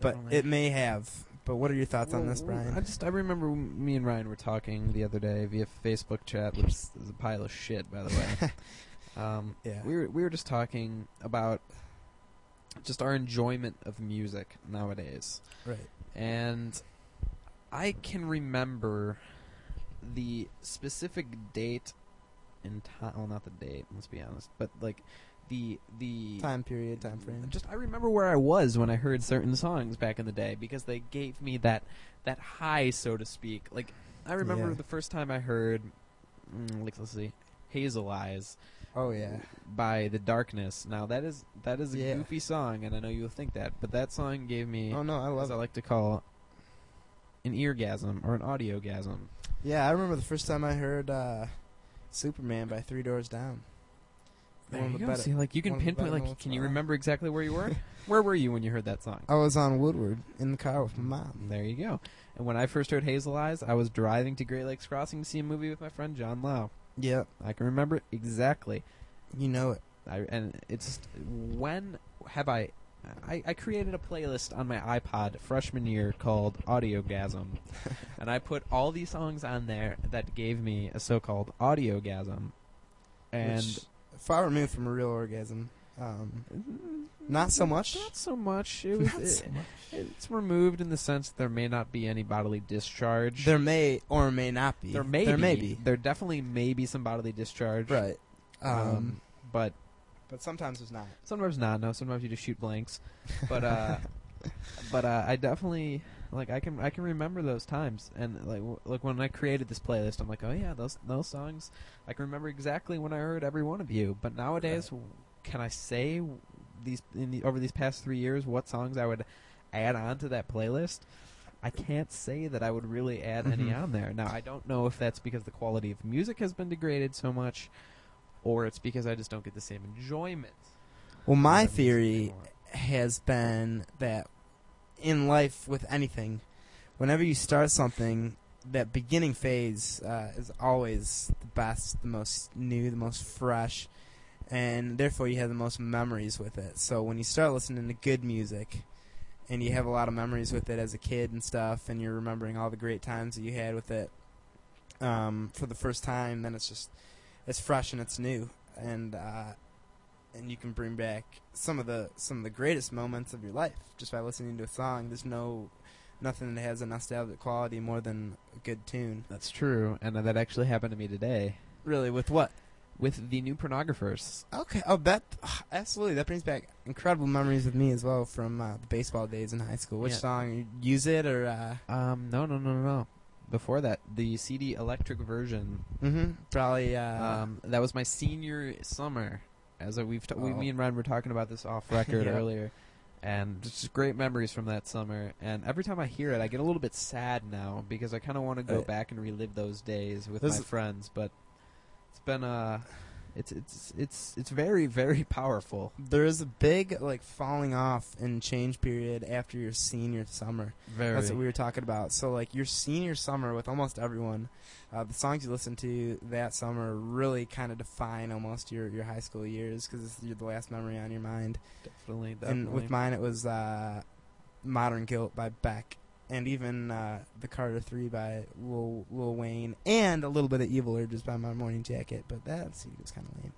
but Definitely. it may have. But what are your thoughts on Well, this, I Brian? just I remember me and Ryan were talking the other day via Facebook chat, which is a pile of shit, by the way. um, Yeah. we were we were just talking about just our enjoyment of music nowadays, Right. and I can remember the specific date and time. Well, not the date. Let's be honest, but like the the Time period, time frame. just I remember where I was when I heard certain songs back in the day because they gave me that that high, so to speak. Like I remember Yeah. the first time I heard, mm, like let's see, "Hazel Eyes" Oh yeah. by The Darkness. Now that is that is a Yeah. goofy song, and I know you'll think that, but that song gave me, Oh no, I as love I it. like to call, an eargasm or an audiogasm. Yeah, I remember the first time I heard uh, Superman by Three Doors Down. There One of you the go. better- See, like you one can of the pinpoint. better Like, notes Oh, can you around. remember exactly where you were? where were you when you heard that song? I was on Woodward in the car with my mom. There you go. And when I first heard Hazel Eyes, I was driving to Great Lakes Crossing to see a movie with my friend John Lau. Yep, I can remember it exactly. you know it. I, and it's when have I, I? I created a playlist on my iPod freshman year called Audiogasm, and I put all these songs on there that gave me a so-called audiogasm, and Which, far removed from a real orgasm. Um, not so much. not so much. It was. Not it- so much. it's removed in the sense there may not be any bodily discharge. There may or may not be. There may There be. may be. There definitely may be some bodily discharge. Right. Um, Um, but but sometimes there's not. sometimes not. No, sometimes you just shoot blanks. But uh, but uh, I definitely like I can I can remember those times and like w- like when I created this playlist, I'm like, oh yeah, those those songs. I can remember exactly when I heard every one of you. But nowadays, can I say these in the, over these past three years what songs I would add on to that playlist? I can't say that I would really add any Mhm. on there. Now I don't know if that's because the quality of music has been degraded so much, or it's because I just don't get the same enjoyment. Well, out my of music theory anymore. has been that in life with anything, whenever you start something, that beginning phase uh, is always the best, the most new, the most fresh, and therefore you have the most memories with it. So when you start listening to good music, and you have a lot of memories with it as a kid and stuff, and you're remembering all the great times that you had with it um, for the first time, then it's just it's fresh and it's new, and uh, and you can bring back some of the some of the greatest moments of your life just by listening to a song. There's no nothing that has a nostalgic quality more than a good tune. That's true, and that actually happened to me today Really, with what? with the new pornographers. Okay. Oh, that absolutely. That brings back incredible memories with me as well from uh, the baseball days in high school. Which Yeah. song? Use it or? Uh, Um, no, no, no, no, no. Before that, the CD electric version. mm-hmm. Probably. Uh, um, that was my senior summer. As we've ta- we, Oh. me and Ryan were talking about this off record Yeah. earlier, and just great memories from that summer. And every time I hear it, I get a little bit sad now because I kind of want to go Right. back and relive those days with Uh, This my is- friends. But it's been uh, it's it's it's it's very very powerful. there is a big like falling off and change period after your senior summer. Very. That's what we were talking about. So like your senior summer with almost everyone, uh, the songs you listen to that summer really kind of define almost your, your high school years because it's the last memory on your mind. Definitely, And with mine, it was uh, "Modern Guilt" by Beck, and even uh, "The Carter Three by Lil, Lil Wayne, and a little bit of "Evil Urges" by My Morning Jacket. But that CD was kind of lame.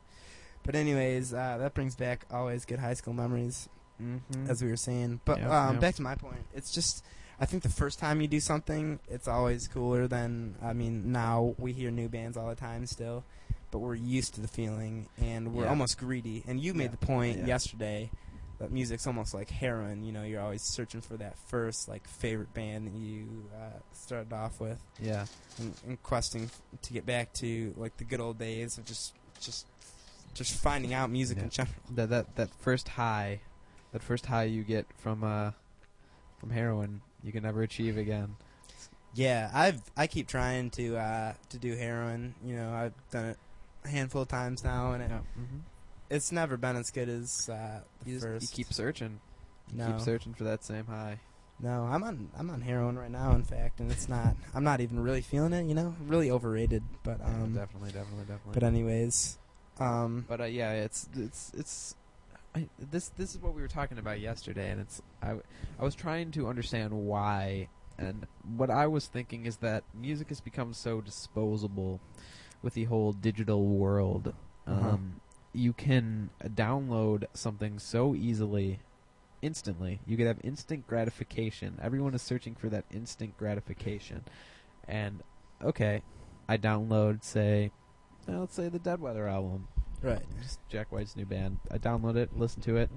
But anyways, uh, that brings back always good high school memories mm-hmm. as we were saying. But Yeah, um, yeah. back to my point, it's just I think the first time you do something, it's always cooler than I mean. Now we hear new bands all the time still, but we're used to the feeling and we're Yeah. almost greedy. And you made Yeah. the point Yeah. yesterday that music's almost like heroin. You know, you're always searching for that first like favorite band that you uh, started off with, Yeah. and, and questing f- to get back to like the good old days of just just just finding out music Yeah. in general. That that that first high, that first high you get from uh from heroin, you can never achieve again. Yeah, I've I keep trying to uh, to do heroin. You know, I've done it a handful of times now, and it, Mm-hmm. it's never been as good as uh, the You, first. just, you keep searching. You No. keep searching for that same high. No, I'm on I'm on heroin right now, in fact, and it's not. I'm not even really feeling it. You know, really overrated. But Yeah, um, definitely, definitely, definitely. but anyways, um, But uh, yeah, it's it's it's I, this this is what we were talking about yesterday, and it's I w- I was trying to understand why, and what I was thinking is that music has become so disposable with the whole digital world. Uh-huh. Um, you can download something so easily. Instantly, you could have instant gratification. Everyone is searching for that instant gratification. And okay, I download, say, uh, let's say the Dead Weather album. right. Just Jack White's new band. I download it, listen to it.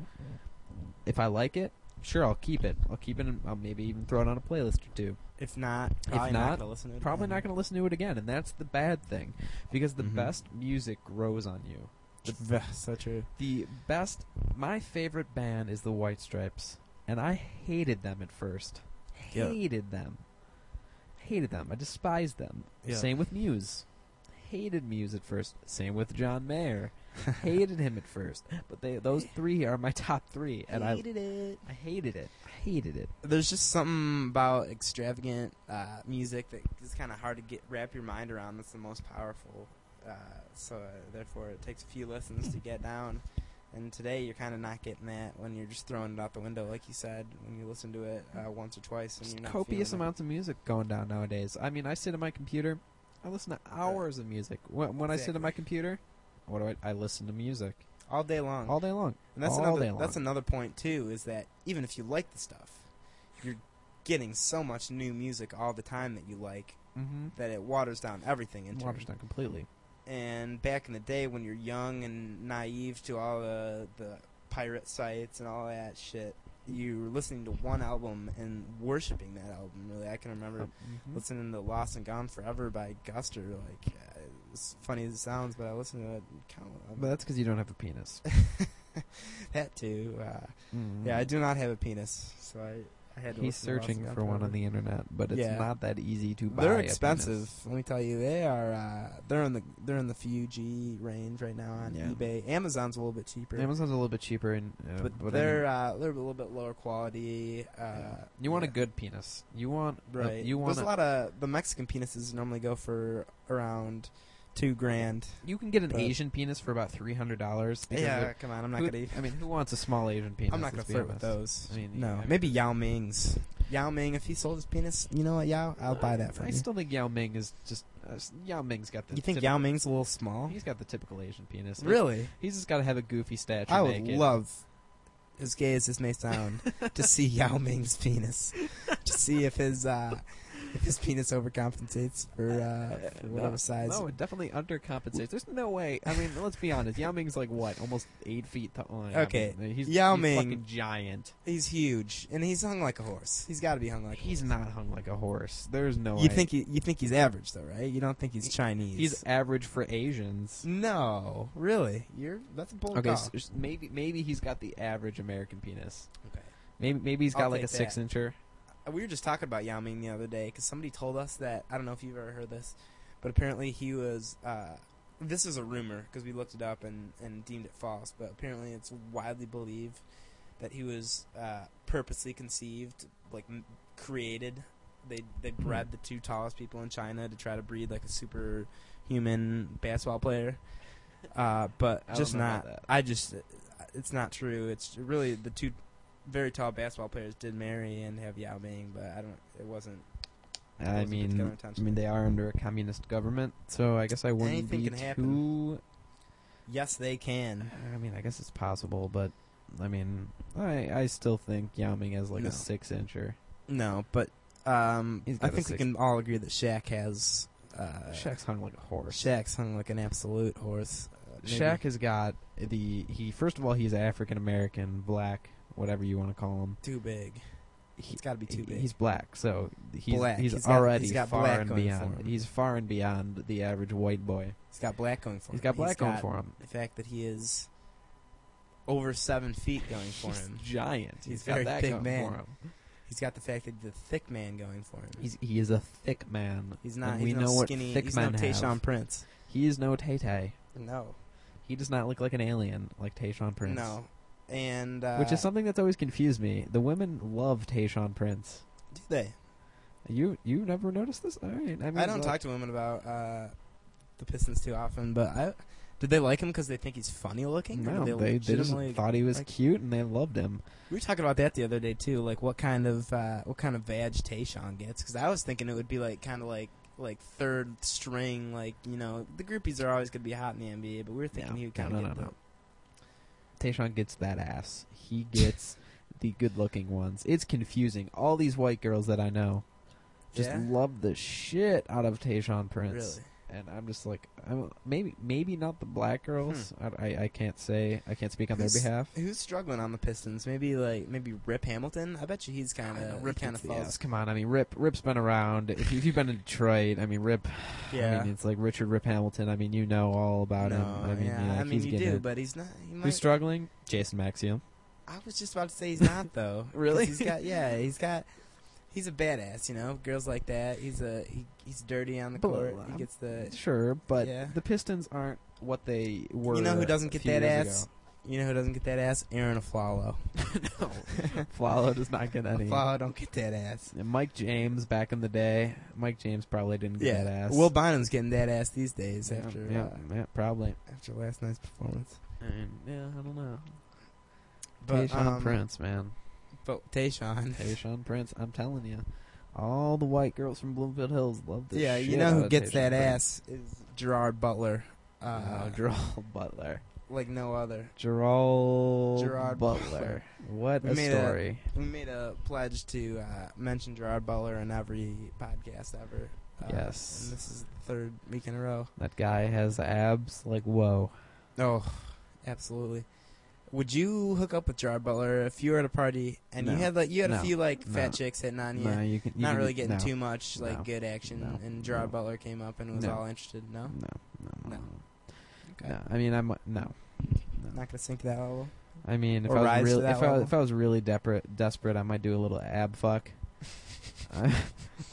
If I like it, sure, I'll keep it. I'll keep it and I'll maybe even throw it on a playlist or two. If not, probably not, gonna listen to it. Probably again. not going to listen to it again, and that's the bad thing because the Mhm. best music grows on you. It's so true. The best my favorite band is the White Stripes, and I hated them at first. Yeah. Hated them. Hated them. I despised them. Yeah. Same with Muse. Hated Muse at first. Same with John Mayer. hated him at first. But they those three are my top three, and I it. I hated it. I hated it. There's just something about extravagant uh, music that is kind of hard to get wrap your mind around. That's the most powerful. Uh, so uh, therefore, it takes a few listens to get down. And today, you're kind of not getting that when you're just throwing it out the window, like you said, when you listen to it uh, once or twice, and you're Just not copious feeling it. amounts of music going down nowadays. I mean, I sit at my computer. I listen to hours of music. When, when I sit at my Uh, Exactly. computer, what do I? I listen to music all day long. all day long. and that's all another. day long. That's another point too. Is that even if you like the stuff, you're getting so much new music all the time that you like Mm-hmm. that it waters down everything. In turn. Waters down completely. and back in the day when you're young and naive to all the, the pirate sites and all that shit you were listening to one album and worshiping that album really i can remember Uh-huh. listening to lost and gone forever by guster like uh, as funny as it sounds but i listened to it But count that's because you don't have a penis. that too uh, yeah i do not have a penis so i, I had to listen to Mm-hmm. He's Lost searching and Gone for one Forever. on the internet, but it's Yeah. not that easy to buy. they're a expensive. penis. Let me tell you, they are. Uh, they're in the they're in the few G range right now on Yeah. eBay. Amazon's a little bit cheaper, Amazon's a little bit cheaper, and uh, but, but I mean- they're uh, they're a little bit lower quality. Uh, you want yeah. a good penis. You want a- right? you want There's a a- lot of the Mexican penises normally go for around two grand. you can get an but- Asian penis for about three hundred dollars. Yeah, come on, I'm not who, gonna. Even, I mean, who wants a small Asian penis? I'm not gonna let's be flirt with those. honest? I mean, no, I mean- maybe Yao Ming's. Yao Ming, if he sold his penis, you know what, Yao, I'll buy that for I you. still think Yao Ming is just uh, s- Yao Ming's got the. You think typ- Yao Ming's a little small? He's got the typical Asian penis. Really? He's just got to have a goofy stature. I would naked. love, as gay as this may sound, to see Yao Ming's penis, to see if his uh, if his penis overcompensates for, uh, for No, whatever size. No, it definitely undercompensates. There's no way. I mean, let's be honest. Yao Ming's like what, almost eight feet tall. Okay, I mean, he's Yao he's Ming- fucking giant. He's huge, and he's hung like a horse. He's got to be hung like. He's a not hung like a horse. There's no. horse. You way. think he, you think he's average though, right? You don't think he's He- Chinese. he's average for Asians? no, really. You're that's a bold Okay, call. so s- maybe maybe he's got the average American penis. okay. Maybe maybe he's got I'll like a take that. six incher. Uh, We were just talking about Yao Ming the other day because somebody told us that I don't know if you've ever heard this, but apparently he was. Uh, this is a rumor because we looked it up and, and deemed it false, but apparently it's widely believed that he was uh, purposely conceived, like m- created. They they bred the two tallest people in China to try to breed like a super human basketball player, uh, but I don't just know not. about that. I just it's not true. It's really the two very tall basketball players did marry and have Yao Ming, but I don't. It wasn't. It I wasn't put together mean, I intentionally. mean they are under a communist government, so I guess I wouldn't Anything be can happen. too. yes, they can. I mean, I guess it's possible, but I mean, I I still think Yao Ming has like No. a six incher. No, but um, He's got I a think we six- can all agree that Shaq has. Uh, Shaq's hung like a horse. Shaq's hung like an absolute horse. Uh, maybe. Shaq has got the he. First of all, he's African American, black, whatever you want to call him. Too big. He, It's got to be too he- big. He's black, so he's Black. he's, He's got- already he's got far black and going beyond. for him. He's far and beyond the average white boy. he's got black going for him. He's got black going for him. The fact that he is over seven feet going for He's him. giant. He's got very that big going man. for him. He's got the fact that the thick man going for him. He's he is a thick man. He's not. and He's we no know what skinny. thick he's men no have. Tayshaun Prince. He is no Tay Tay. No. He does not look like an alien like Tayshawn Prince. No. And uh, Which is something that's always confused me. The women love Tayshawn Prince. do they? You you never noticed this? All right. I, mean, I don't like- talk to women about uh, the Pistons too often, but I, did they like him because they think he's funny looking? or No, do they, they just legitimately- thought he was like- cute and they loved him. We were talking about that the other day too, like what kind of uh, what kind of vag Tayshawn gets. Because I was thinking it would be like kind of like like third string, like you know the groupies are always going to be hot in the NBA, but we were thinking No, he would no, kind no, of no, no. Tayshawn gets that ass. He gets the good looking ones. It's confusing. All these white girls that I know just Yeah? love the shit out of Tayshawn get Prince. really. And I'm just like, I'm, maybe maybe not the black Hmm. girls. I, I I can't say I can't speak on their Who's- behalf. Who's struggling on the Pistons? Maybe like maybe Rip Hamilton. I bet you he's kind of Rip kind of falls. Come on, I mean Rip. Rip's been around. If, you- if you've been in Detroit, I mean Rip. Yeah. I mean it's like Richard Rip Hamilton. I mean you know all about him. No, I mean, yeah, yeah, I mean he's you getting do, it. but he's not. He might, Who's struggling? Jason Maxium. I was just about to say he's not though. 'Cause Really? He's got yeah. He's got. He's a badass, you know. Girls like that. He's a he, he's dirty on the But, court. He um, gets the Sure, but Yeah. the Pistons aren't what they were. You know who doesn't a get few that years ass? You know who doesn't get that ass? Aaron Aflalo. ago. Flalo does not get any. Aflalo don't get that ass. And Mike James back in the day. Mike James probably didn't get Yeah, that ass. Will Bynum's getting that ass these days yeah, after yeah, uh, yeah, probably. after last night's performance. And, yeah, I don't know. But Tayshaun um, Prince, man. But Tayshawn. Tayshawn Prince, I'm telling you, all the white girls from Bloomfield Hills love this. yeah, you shit know out who of gets Tayshaun that ass Prince. is Gerard Butler. Uh, oh, Gerald Butler. like no other. Gerald, Gerard Butler. What We a made a- story. We made a pledge to uh, mention Gerard Butler in every podcast ever. Uh, Yes. and this is the third week in a row. That guy has abs like whoa. Oh, absolutely. Would you hook up with Gerard Butler if you were at a party and you No. had like you had a No. few like fat No. chicks hitting on you, No, you can you not can- really getting no. too much like No. good action, No. and Gerard No. Butler came up and was No. all interested. No, No, no, no, No. no. Okay. No, I mean, I'm no. no. not gonna sink that level. I mean, if Or I rise to was really, that if I, level. if I was really desperate, desperate, I might do a little ab fuck. I,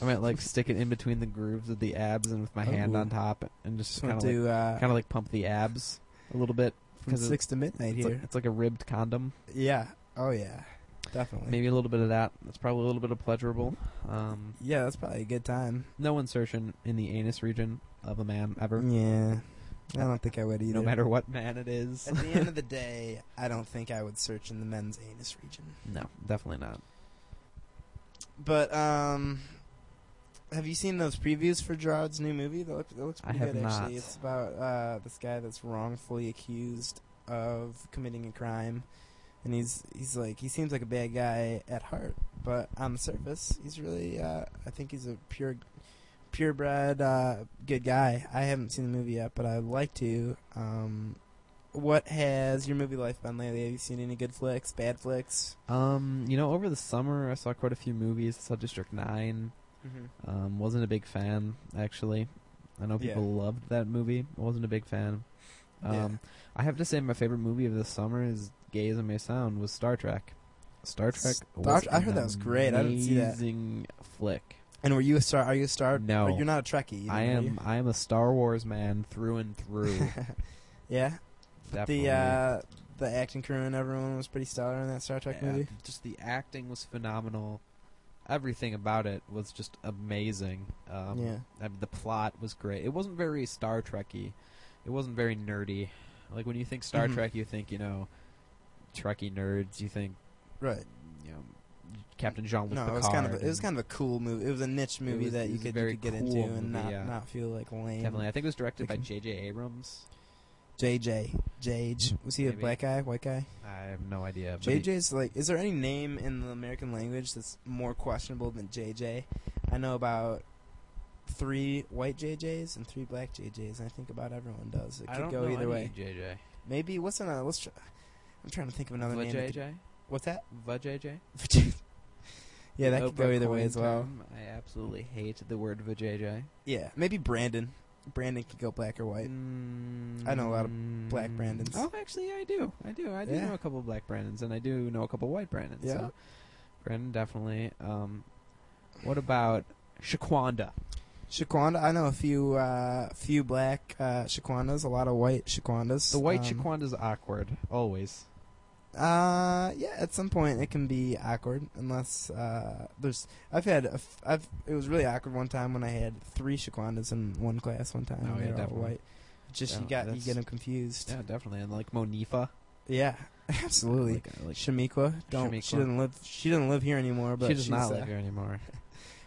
I might like stick it in between the grooves of the abs and with my hand Ooh. on top and just Just kind want of to like, uh, kind of like pump the abs a little bit. from 'cause it- six to midnight It's here. like, it's like a ribbed condom. yeah. Oh yeah. Definitely. Maybe a little bit of that. That's probably a little bit of pleasurable. Um, Yeah, that's probably a good time. no insertion in the anus region of a man ever, Yeah. I don't think I would either. no matter what man it is. At the end of the day, I don't think I would search in the men's anus region. No, definitely not. But um, have you seen those previews for Gerard's new movie? That looks, that looks I pretty have good not. actually. It's about uh, this guy that's wrongfully accused of committing a crime, and he's he's like he seems like a bad guy at heart, but on the surface, he's really uh, I think he's a pure purebred uh, good guy. I haven't seen the movie yet, but I'd like to. Um, what has your movie life been lately? Have you seen any good flicks, bad flicks? Um, you know, over the summer I saw quite a few movies. I saw District Nine. Mm-hmm. Um, wasn't a big fan actually. I know people loved that movie. I wasn't a big fan. Um, Yeah. I have to say my favorite movie of the summer is gay as it may sound was Star Trek. Star Trek. Star- was I heard an that was great. I didn't see that. Amazing flick. And were you a star? Are you a star? No. or you're not a Trekkie. then, I are am. I am a Star Wars man through and through. you? yeah. Definitely. The uh, the acting crew and everyone was pretty stellar in that Star Trek Yeah, movie. Just the acting was phenomenal. Everything about it was just amazing. Um, yeah. I mean, the plot was great. It wasn't very Star Trekky. It wasn't very nerdy. Like when you think Star Mhm. Trek, you think you know Trekkie nerds. You think Right. you know Captain Jean Luc No, Picard. it was kind of a, it was and kind of a cool movie. It was a niche movie was- that it you was a could, very you could get cool into movie, and not yeah. not feel like lame. definitely. I think it was directed by Like- J.J. Abrams. JJ, Jage. Was he Maybe. a black guy, white guy? I have no idea. but he- JJ's like, is there any name in the American language that's more questionable than JJ? I know about three white JJs and three black JJs, and I think about everyone does. It I could don't go know either any way. JJ. Maybe what's another? Let's try. I'm trying to think of another Va name. that could- JJ? what's that? Va JJ? yeah, that could go Oprah either way coined as well. term. I absolutely hate the word Va JJ. Yeah, maybe Brandon. Brandon could go black or white. I know a lot of black Brandons. Mm, Oh, actually, I do. I do. I do Yeah. know a couple of black Brandons, and I do know a couple of white Brandons. Yeah. So. Brandon definitely. Um, what about Shaquanda? Shaquanda, I know a few uh, few black uh, Shaquandas, a lot of white Shaquandas. The white Um, Shaquanda's awkward always. Uh, yeah. At some point, it can be awkward unless uh, there's. I've had. A f- I've. It was really awkward one time when I had three Shaquandas in one class one time. and Oh, yeah, they were all definitely. White. Just you Yeah, got you that's- get them confused. Yeah, definitely. And like Monifa. Yeah, absolutely. Like, uh, like, Shamiqua, don't she Shamiqua. doesn't live she doesn't live here anymore. But she does she's, not uh, live here anymore.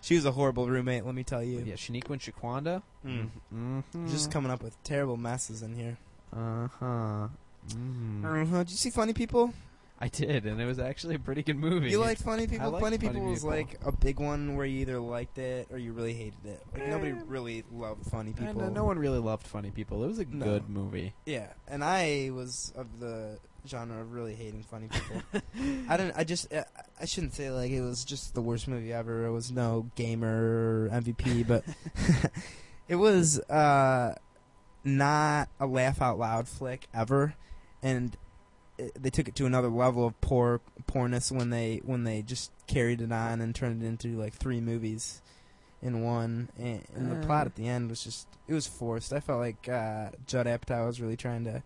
She was a horrible roommate. Let me tell you. But yeah, Shaniqua and Shaquanda. Mm. Mm-hmm. Just coming up with terrible messes in here. Uh huh. Mm. Uh-huh. Did you see Funny People? I did, and it was actually a pretty good movie. You like Funny People? liked funny, Funny People was People. like a big one where you either liked it or you really hated it. Like nobody Eh. really loved Funny And, People. uh, no one really loved Funny People. It was a No. good movie. Yeah, and I was of the genre of really hating Funny People. I don't. I just. I, I shouldn't say like it was just the worst movie ever. It was no gamer MVP, but it was uh, not a laugh out loud flick ever, and it, they took it to another level of poor poorness when they when they just carried it on and turned it into like three movies in one, and, and the Uh. plot at the end was just it was forced. I felt like uh, Judd Apatow was really trying to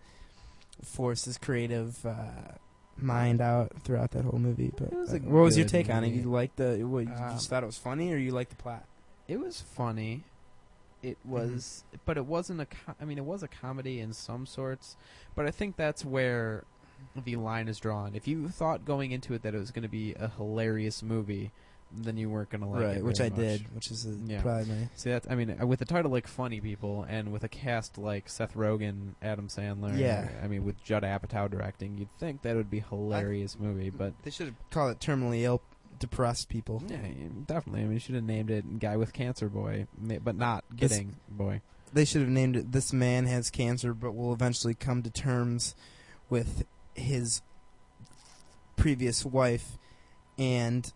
force his creative. Uh, mind out throughout that whole movie but It was uh, a what was your good take on it movie. you liked the what, you Um, just thought it was funny or you liked the plot It was funny. It Mm-hmm. was, but it wasn't a. Co- I mean, it was a comedy in some sorts, but I think that's where the line is drawn. If you thought going into it that it was going to be a hilarious movie, then you weren't going to like it. right, which I very much. did, which is uh Yeah. probably my See, that's. I mean, uh, with a title like Funny People and with a cast like Seth Rogen, Adam Sandler. Yeah. I mean, with Judd Apatow directing, you'd think that would be a hilarious movie, but They should call it terminally ill, depressed people. Yeah, yeah, definitely. I mean, you should have named it "Guy with Cancer Boy," ma- but not getting boy. They should have named it "This Man Has Cancer, but will eventually come to terms with his previous wife, and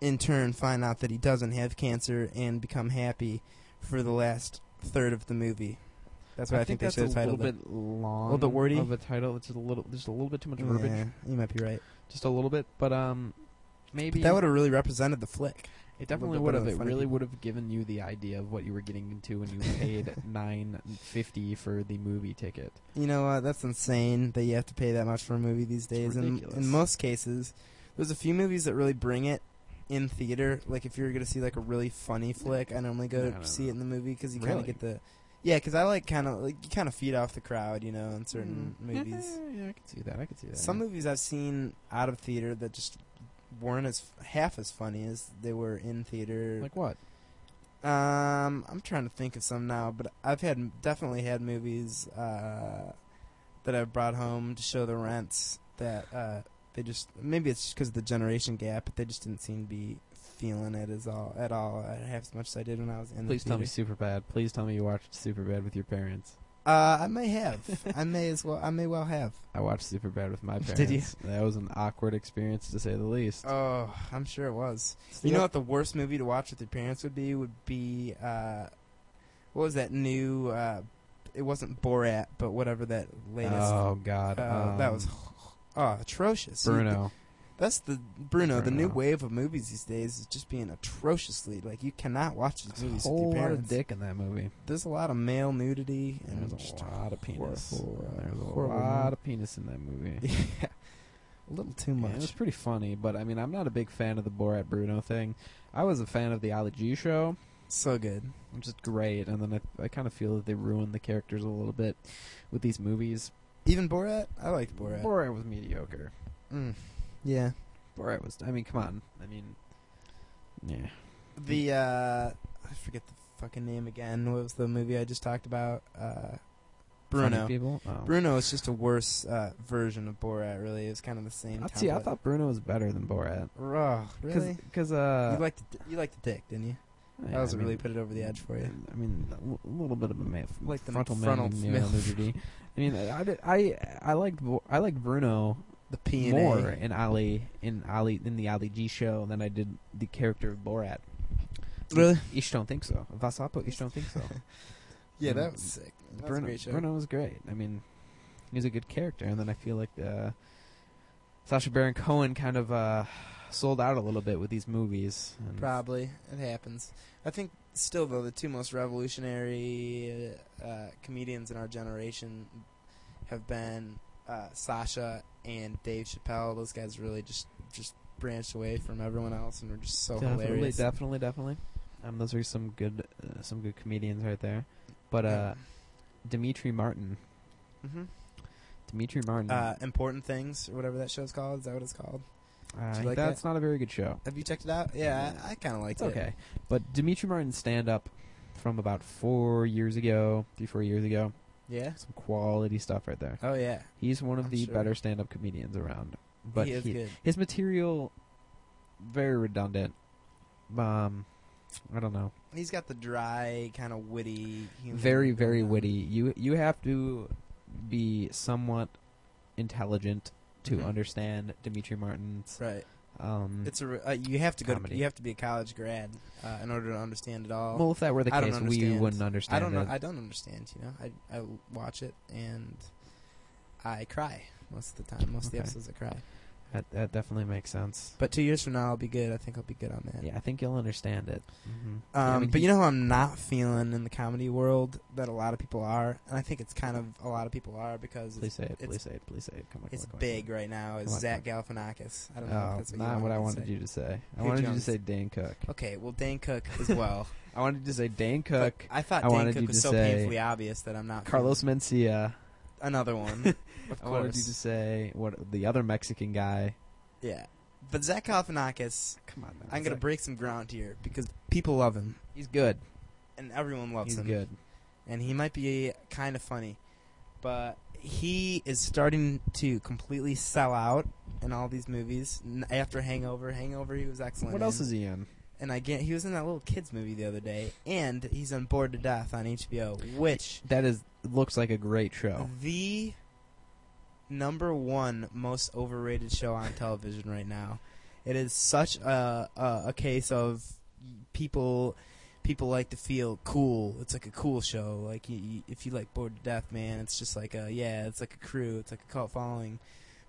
in turn find out that he doesn't have cancer and become happy for the last third of the movie." That's what I, think, that's they should have a titled little it. bit long, bit wordy? of a title. It's just a little, just a little bit too much verbiage, Yeah, you might be right. just a little bit. But um, But maybe that would have really represented the flick. it definitely bit would better have. than It Funny really People. would have given you the idea of what you were getting into when you paid nine fifty for the movie ticket. You know what? That's insane that you have to pay that much for a movie these days. In, ridiculous. in most cases, there's a few movies that really bring it in theater. Like if you're gonna see like a really funny flick, I normally go No, to no, see no. it in the movie because you Really? kind of get the yeah. Because I like kind of like you kind of feed off the crowd, you know, in certain Mm. movies. Yeah, I could see that. I could see that. Some movies I've seen out of theater that just weren't as half as funny as they were in theater. like what? Um, I'm trying to think of some now, but I've had definitely had movies uh, that I've brought home to show the rents that uh, they just maybe it's because of the generation gap, but they just didn't seem to be feeling it as all at all uh, half as much as I did when I was in. Please the tell me theater. super bad. Please tell me you watched super bad with your parents. Uh, I may have. I may as well. I may well have. I watched Superbad with my parents. Did That was an awkward experience to say the least. Oh, I'm sure it was. You know what the worst movie to watch with your parents would be? Would be uh, what was that new? Uh, it wasn't Borat, but whatever that latest. Oh God, Uh, that um, was oh, atrocious. You- Bruno. that's the Bruno, The new Bruno. wave of movies these days is just being atrociously like you cannot watch these There's movies a with whole your lot of parents. dick in that movie. There's a lot of male nudity and There's just a lot of penis. horrible, uh, There's a horrible lot movie. of penis in that movie. yeah, a little too Yeah, much. it was pretty funny, but I mean, I'm not a big fan of the Borat Bruno thing. I was a fan of the Ali G show, so good. which is great, and then I, I kind of feel that they ruined the characters a little bit with these movies. Even Borat, I liked Borat. Borat was mediocre. Mm. Yeah, Borat was. I mean, come on. I mean, yeah. the Mm. uh, I forget the fucking name again. What was the movie I just talked about? Uh, Bruno. Funny people. Oh. Bruno is just a worse uh, version of Borat. Really, it was kind of the same. I see. I template. thought Bruno was better than Borat. Oh, Because, uh, you liked the, di- you liked the dick, didn't you? uh, That was really put it over the edge for you. I mean, a l- little bit of a ma- Like the frontal, frontal man, you know, milf. nudity. I mean, I, did- I I liked Vo- I liked Bruno The P and more A. in Ali in Ali in the Ali G show than I did the character of Borat. Really? Ish don't think so. Vasapo, Ish don't think so. Yeah, Mm. that was sick. man. That was a Bruno, great show. Bruno was great. I mean, he was a good character, and then I feel like uh, Sasha Baron Cohen kind of uh, sold out a little bit with these movies. And Probably it happens. I think still though the two most revolutionary uh, comedians in our generation have been uh, Sasha and Dave Chappelle. Those guys really just just branched away from everyone else and were just so definitely, hilarious. definitely, definitely. Um, those are some good, uh, some good comedians right there. But uh, Dimitri Martin, hmm Mm-hmm. Dimitri Martin. uh, important things or whatever that show's called. Is that what it's called? I you think like Uh, that's not a very good show. Have you checked it out? Yeah, I, I kind of liked It's it. okay. But Dimitri Martin stand up from about four years ago, three four years ago. Yeah. Some quality stuff right there. Oh yeah. He's one of I'm the sure. better stand up comedians around. But he is he- good. his material very redundant. Um, I don't know. He's got the dry, kind of witty. Humor uh, very very going on. witty. You you have to be somewhat intelligent to Mhm. understand Dimitri Martin's. Right. Um, It's a re- uh, you have to go. To, Comedy. you have to be a college grad uh, in order to understand it all. well, if that were the I don't case, we understand. wouldn't I understand. don't know. it. I don't understand. You know, I I watch it and I cry most of the time. Most of the Okay. episodes I cry. that, that definitely makes sense. But two years from now, I'll be good. I think I'll be good on that. Yeah, I think you'll understand it. Mm-hmm. Um, but you know who I'm not feeling in the comedy world that a lot of people are, and I think it's kind of a lot of people are because please it's, say it. it's- Please say it. Please say it. Come on, it's come on, come on, big right now. Is Come on, Zach Galifianakis? I Come don't on. know. Oh, if that's what you not what I to wanted say. you to say. I Who wanted you Jones? to say Dan Cook. Okay, well Dan Cook as well. I wanted to say Dan But Cook, I thought I Dan wanted Cook you was to so say painfully obvious that I'm not Carlos Mencia. feeling- Another one, of I wanted you to course. say what the other Mexican guy. Yeah. But Zach Galifianakis, Come on, man. I'm going to break some ground here because people love him He's good. and everyone loves He's him. good. And he might be kind of funny. But he is starting to completely sell out in all these movies. N- After Hangover, Hangover, he was excellent. What in. else is he in? And I get, he was in that little kids movie the other day, and he's on Bored to Death on HBO, which That is looks like a great show. the number one most overrated show on television right now. It is such a a, a case of people people like to feel cool. It's like a cool show. Like you, you, if you like Bored to Death, man, it's just like a yeah, it's like a crew, it's like a cult following.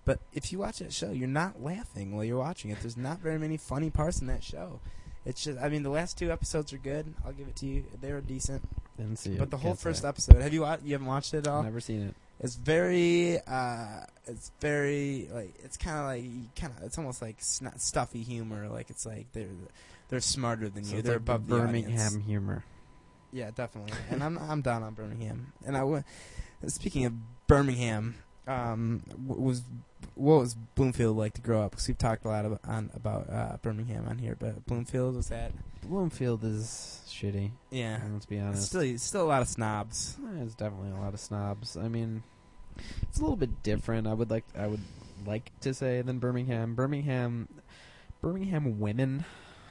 But if you watch that show, you're not laughing while you're watching it. There's not very many funny parts in that show. It's just, I mean, the last two episodes are good. I'll give it to you. They were decent. Didn't see it. But the whole Can't say. first episode, have you wa- you haven't watched it at all? Never seen it. It's very, uh, it's very like it's kind of like kind of it's almost like sn- stuffy humor. Like it's like they're they're smarter than So you. it's They're like the above the Birmingham audience. humor. Yeah, definitely. and I'm I'm down on Birmingham. And I w- speaking of Birmingham, um, w- was what was Bloomfield like to grow up? Because we've talked a lot about on about uh, Birmingham on here, but Bloomfield was that. Bloomfield is shitty. Yeah, Let's be It's honest. still it's still a lot of snobs. There's definitely a lot of snobs. I mean, it's a little bit different. I would like I would like to say than Birmingham. Birmingham, Birmingham women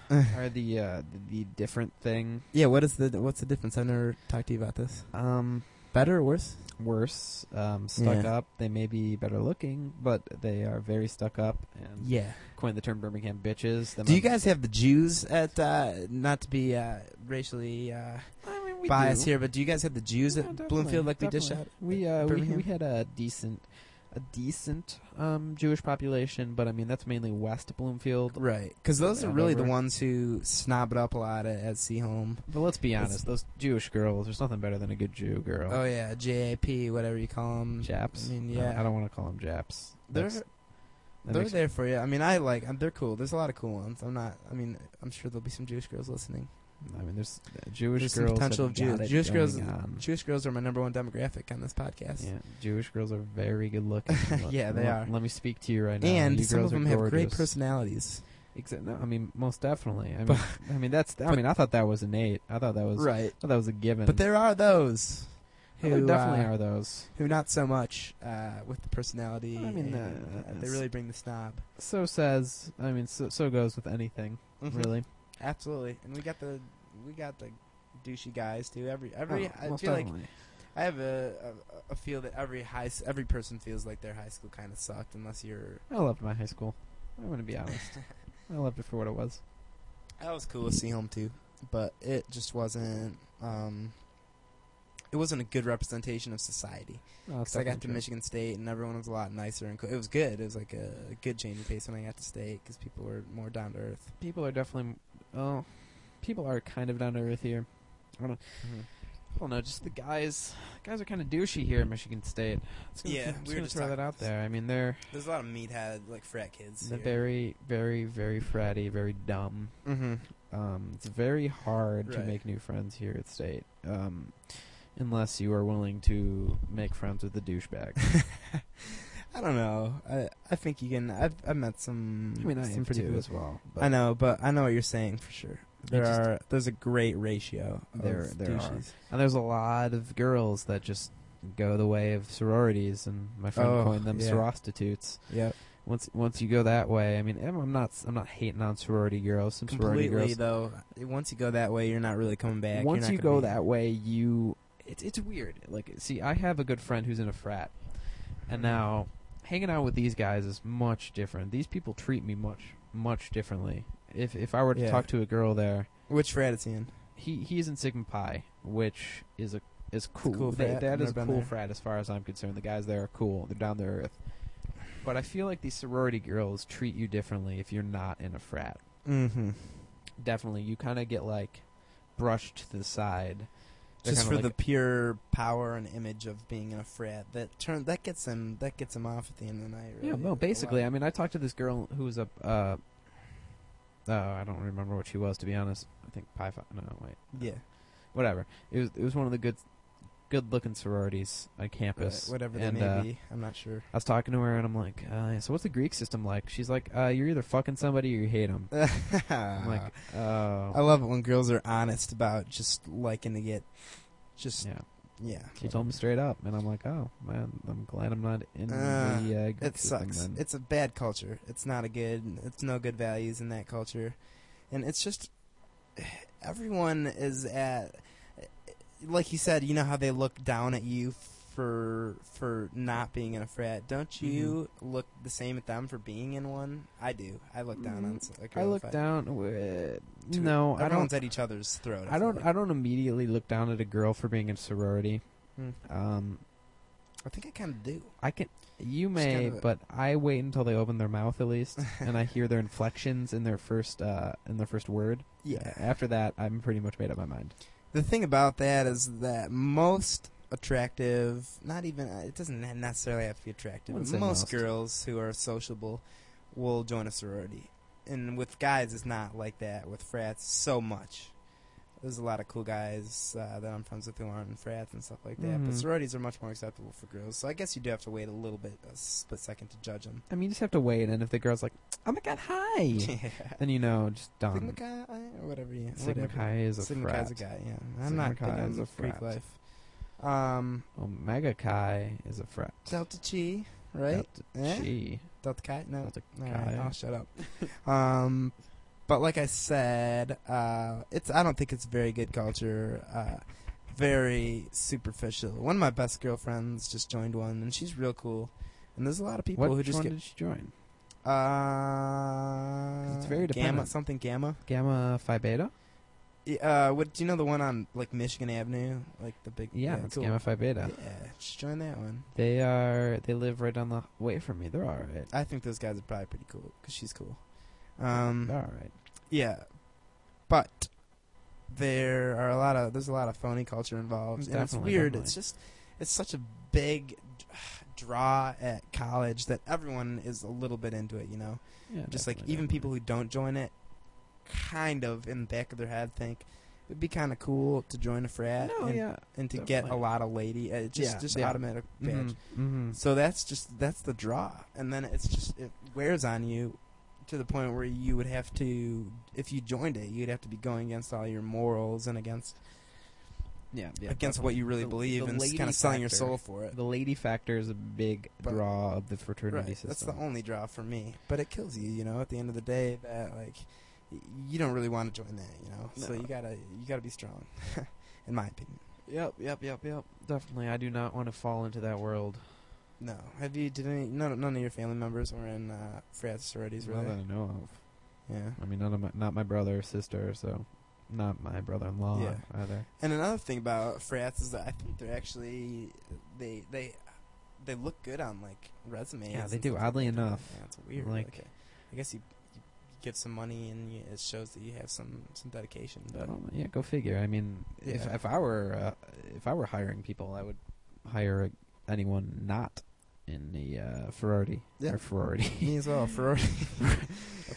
are the uh, the, the different thing. Yeah, what is the what's the difference? I've never talked to you about this. Um, Better or worse? worse, um, stuck Yeah. up. They may be better looking, but they are very stuck up. And Yeah. coined the term Birmingham bitches. Do you guys have the Jews at uh, not to be uh, racially uh, I mean, biased here, but do you guys have the Jews Yeah, at definitely, Bloomfield like we dish out? definitely. We uh, we, Birmingham? we had a decent a decent um, Jewish population, but I mean that's mainly West Bloomfield. Right, because those are really the Andover. ones who snob it up a lot at, at Seaholm. But let's be It's- honest, those Jewish girls. There's nothing better than a good Jew girl. Oh yeah, JAP, whatever you call them. Japs. I mean, I yeah. don't, want to call them Japs. They're That's- that they're makes- there for you. I mean, I like um, they're cool. There's a lot of cool ones. I'm not. I mean, I'm sure there'll be some Jewish girls listening. I mean, there's uh, Jewish There's some girls. potential have of Jews. got it Jewish girls- going on. Jewish girls are my number one demographic on this podcast. Yeah, Jewish girls are very good looking. Let- Yeah, they let- are. Let me speak to you right now. And you some girls of them are have great gorgeous. personalities. Except, no, I mean, most definitely. I mean, But- I mean, that's. I but- mean, I thought that was innate. I thought that was. Right. I thought that was a given. But there are those who Well, there Oh, definitely uh, are those. who not so much uh, with the personality. I mean, and, uh, uh, they really bring the snob. Mm-hmm. So says. I mean, so, so goes with anything, really. absolutely. And we got the we got the douchey guys too. Every every I most feel like Oh, definitely. I have a, a a feel that every high s- every person feels like their high school kind of sucked unless you're I loved my high school. I'm gonna be honest. I loved it for what it was. That was cool to see home too, but it just wasn't. Um, it wasn't a good representation of society. No, that's Because I got to definitely Michigan State, and everyone was a lot nicer and cool. It was good. It was like a good change of pace when I got to state because people were more down to earth. true. People are definitely. Oh, people are kind of down to earth here. Mm-hmm. I don't know. Just the guys. Guys are kind of douchey here at Michigan State. It's gonna, Yeah, I'm we just were gonna just throw that talking out about this. there. I mean, they're There's a lot of meathead like frat kids. they're very, very, very fratty, very dumb. mm-hmm. Um, it's very hard to Right. make new friends here at State, um, unless you are willing to make friends with the douchebag. I don't know. I I think you can. I've I've met some. I mean, I some am pretty too cool- as well. But I know, but I know what you're saying for sure. There just- are there's a great ratio. Of There- there are. douches. And there's a lot of girls that just go the way of sororities, and my friend Oh, coined them yeah. sorostitutes. Yep. Once once you go that way, I mean, I'm I'm not I'm not hating on sorority girls. Some sorority completely girls. though. Once you go that way, you're not really coming back. You're once not you gonna go be- that way, you it's it's weird. Like, see, I have a good friend who's in a frat, Mm-hmm. and now hanging out with these guys is much different. These people treat me much much differently. If if I were to Yeah. talk to a girl there, which frat is he in? he he's in Sigma Pi, which is a is cool. cool They- frat. that I've is a been cool there. frat as far as I'm concerned. The guys there are cool. They're down to earth. But I feel like these sorority girls treat you differently if you're not in a frat. Mm-hmm. Definitely, you kind of get like brushed to the side. They're Just kinda for like- the pure power and image of being in a frat that turn that gets him that gets him off at the end of the night. Really. Yeah, A no, lot. basically, I mean, I talked to this girl who was a. Uh, oh, I don't remember what she was to be honest. I think Pi Phi. No, wait, yeah, whatever. It was it was one of the good, good looking sororities on campus. right, whatever and, that may uh, be. I'm not sure. I was talking to her and I'm like, uh, yeah, so what's the Greek system like? She's like, uh, you're either fucking somebody or you hate them. I'm like, oh, Ah. I love it when girls are honest about just liking to get, just yeah. yeah. She told me straight up, and I'm like, oh man, I'm glad I'm not in Uh, the uh, Greek It system. sucks. then. It's a bad culture. It's not a good. It's no good values in that culture, and it's just everyone is at. Like you said, you know how they look down at you for for not being in a frat. Don't Mm-hmm. you look the same at them for being in one? I do. I look down on. s- a girl Mm-hmm. I if look down. Uh, To- no, I don't. Everyone's at each other's throat. I don't. feel I like. don't immediately look down at a girl for being in sorority. Hmm. Um, I think I kind of do. I can. You Just may, kinda- but I wait until they open their mouth at least, and I hear their inflections in their first uh, in their first word. Yeah. After that, I'm pretty much made up my mind. The thing about that is that most attractive, not even, uh, it doesn't necessarily have to be attractive, Wouldn't but say most, most. girls who are sociable will join a sorority. And with guys, it's not like that with frats so much. There's a lot of cool guys uh, that I'm friends with who aren't in frats and stuff like that. But Mhm. sororities are much more acceptable for girls, so I guess you do have to wait a little bit, a split second to judge them. I mean, you just have to wait, and if the girl's like, "Oh my god, hi," then you know, just Sigma done. Chi, or whatever. Yeah, Um, Sigma whatever. Chi is a Sigma frat. Chi's a guy. Yeah, I'm Sigma not Chi big on is a Greek frat. life. Um, Omega Chi is a frat. Delta Chi, right? Delta Eh? Chi. Delta Chi? No. Delta All Chi. right, I'll shut up. um, but like I said, uh, it's I don't think it's very good culture. Uh, very superficial. One of my best girlfriends just joined one, and she's real cool. And there's a lot of people What who one just did she join? get uh, It's very gamma dependent. something gamma. Gamma Phi Beta. Y- Uh, what do you know the one on like Michigan Avenue, like the big Yeah, it's Gamma Phi Beta. Yeah, just join that one. They are. They live right down the way from me. They're all right. I think those guys are probably pretty cool because she's cool. Um, They're all right. Yeah, but there are a lot of there's a lot of phony culture involved, and it's Definitely, weird. definitely. It's just it's such a big draw at college that everyone is a little bit into it. You know, Yeah, just like definitely, even people definitely. who don't join it, kind of in the back of their head think. It'd be kind of cool to join a frat No, and, yeah, and to get a definitely. lot of lady. uh, just Yeah, just yeah. automatic badge. Mhm, mhm. So that's just that's the draw, and then it's just it wears on you to the point where you would have to, if you joined it, you'd have to be going against all your morals and against Yeah, yeah. against what you really The- believe the and lady kind of selling your factor. soul for it. The lady factor is a big But- draw of the Right, fraternity system. that's the only draw for me, but it kills you, you know. At the end of the day, that like y- you don't really want to join that, you know. know. So No. you gotta you gotta be strong, in my opinion. Yep, yep, yep, yep. Definitely, I do not want to fall into that world. No, have you did any? None, none of your family members were in uh, frat sororities, Not really? that I know of. Yeah. I mean, none of my, not my brother or sister, so not my brother-in-law Yeah. either. And another thing about frats is that I think they're actually they they they look good on like resumes. Yeah, and they do, stuff like oddly that, don't they? enough. Yeah, it's weird. Like- Like, I guess you, you give some money and you, it shows that you have some some dedication. But Um, yeah, go figure. I mean, if Yeah. if I were uh, if I were hiring people, I would hire anyone not in the uh, Ferrari Yeah. or Ferrari. me as well, Ferrari. I'm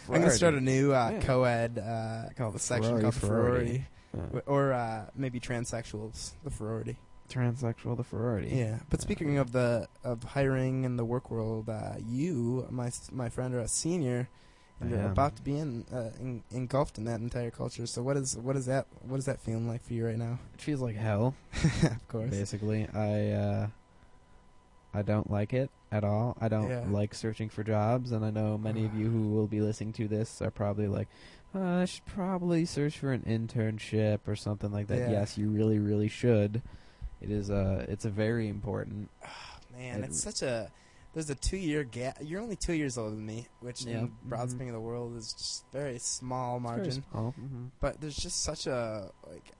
Ferrari. gonna start a new uh, Yeah. co-ed uh, Called the section Ferrari called the Ferrari, Ferrari. Uh, W- or uh, maybe transsexuals, the Ferrari. transsexual the Ferrari. Yeah, but speaking of the of hiring in the work world, uh, you, my s- my friend, are a senior, and I you're am. about to be in, uh, in engulfed in that entire culture. So what is what is that what is that feeling like for you right now? it feels like hell. of course. Basically, I uh, I don't like it at all. I don't Yeah. like searching for jobs, and I know many of you who will be listening to this are probably like, uh, I should probably search for an internship or something like that. Yeah. Yes, you really, really should. It is a it's a very important. Man, It- it's such a there's a two year gap. You're only two years older than me, which Yeah. in broad Mhm. span of the world is just very small Mm-hmm. it's very margin. small. Mhm. but there's just such a like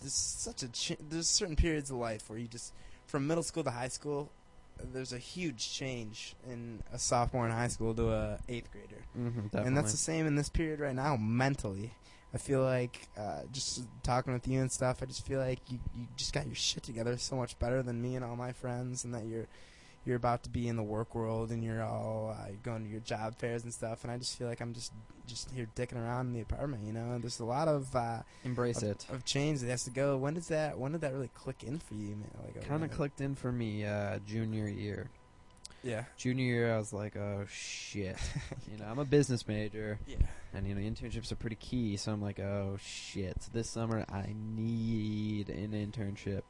there's such a ch- there's certain periods of life where you just from middle school to high school there's a huge change in a sophomore in high school to a eighth grader Mhm, and that's definitely. the same in this period right now mentally i feel like uh, just talking with you and stuff i just feel like you, you just got your shit together so much better than me and all my friends and that you're you're about to be in the work world and you're all uh, going to your job fairs and stuff and i just feel like i'm just just here dicking around in the apartment you know and there's a lot of uh, Embrace it. of change that has to go when does that when did that really click in for you man like kind of like- clicked in for me uh, junior year. yeah Junior year, I was like, oh shit. you know, I'm a business major. yeah And you know, internships are pretty key, so I'm like, oh shit. This summer I need an internship.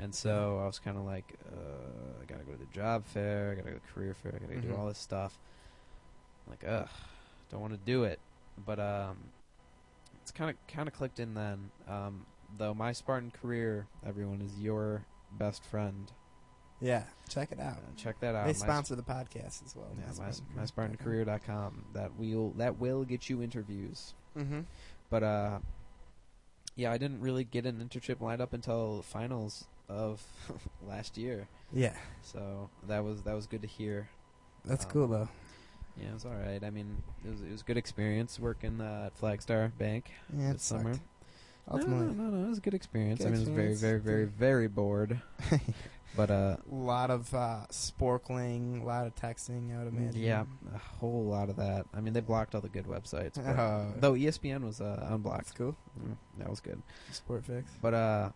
And so Mm-hmm. I was kind of like, uh, I gotta go to the job fair, I gotta go to the career fair, I gotta do Mhm. all this stuff. I'm like, ugh, don't want to do it. But um, it's kind of kind of clicked in then. Um, though my Spartan career, everyone is your best friend. yeah check it Uh, out check that out. Oh. they My sponsor the podcast as well yeah, my, my SpartanCareer.com. That will that will get you interviews. mm-hmm But uh, yeah, I didn't really get an internship lined up until finals of last year. yeah So that was that was good to hear. That's Um, cool though. Yeah, it was all right. I mean, it was it was a good experience working uh, at Flagstar Bank Yeah, this summer. sucked. No, no, Ultimately, no, no, it was a good experience. Good I mean, it was very, experience. very, very, very bored. but uh, a lot of uh, sporkling, a lot of texting. I would imagine. Mm, yeah, a whole lot of that. I mean, they blocked all the good websites. but- Oh. though ESPN was uh, that's unblocked. cool. Mm, that was good. Sport fix. But uh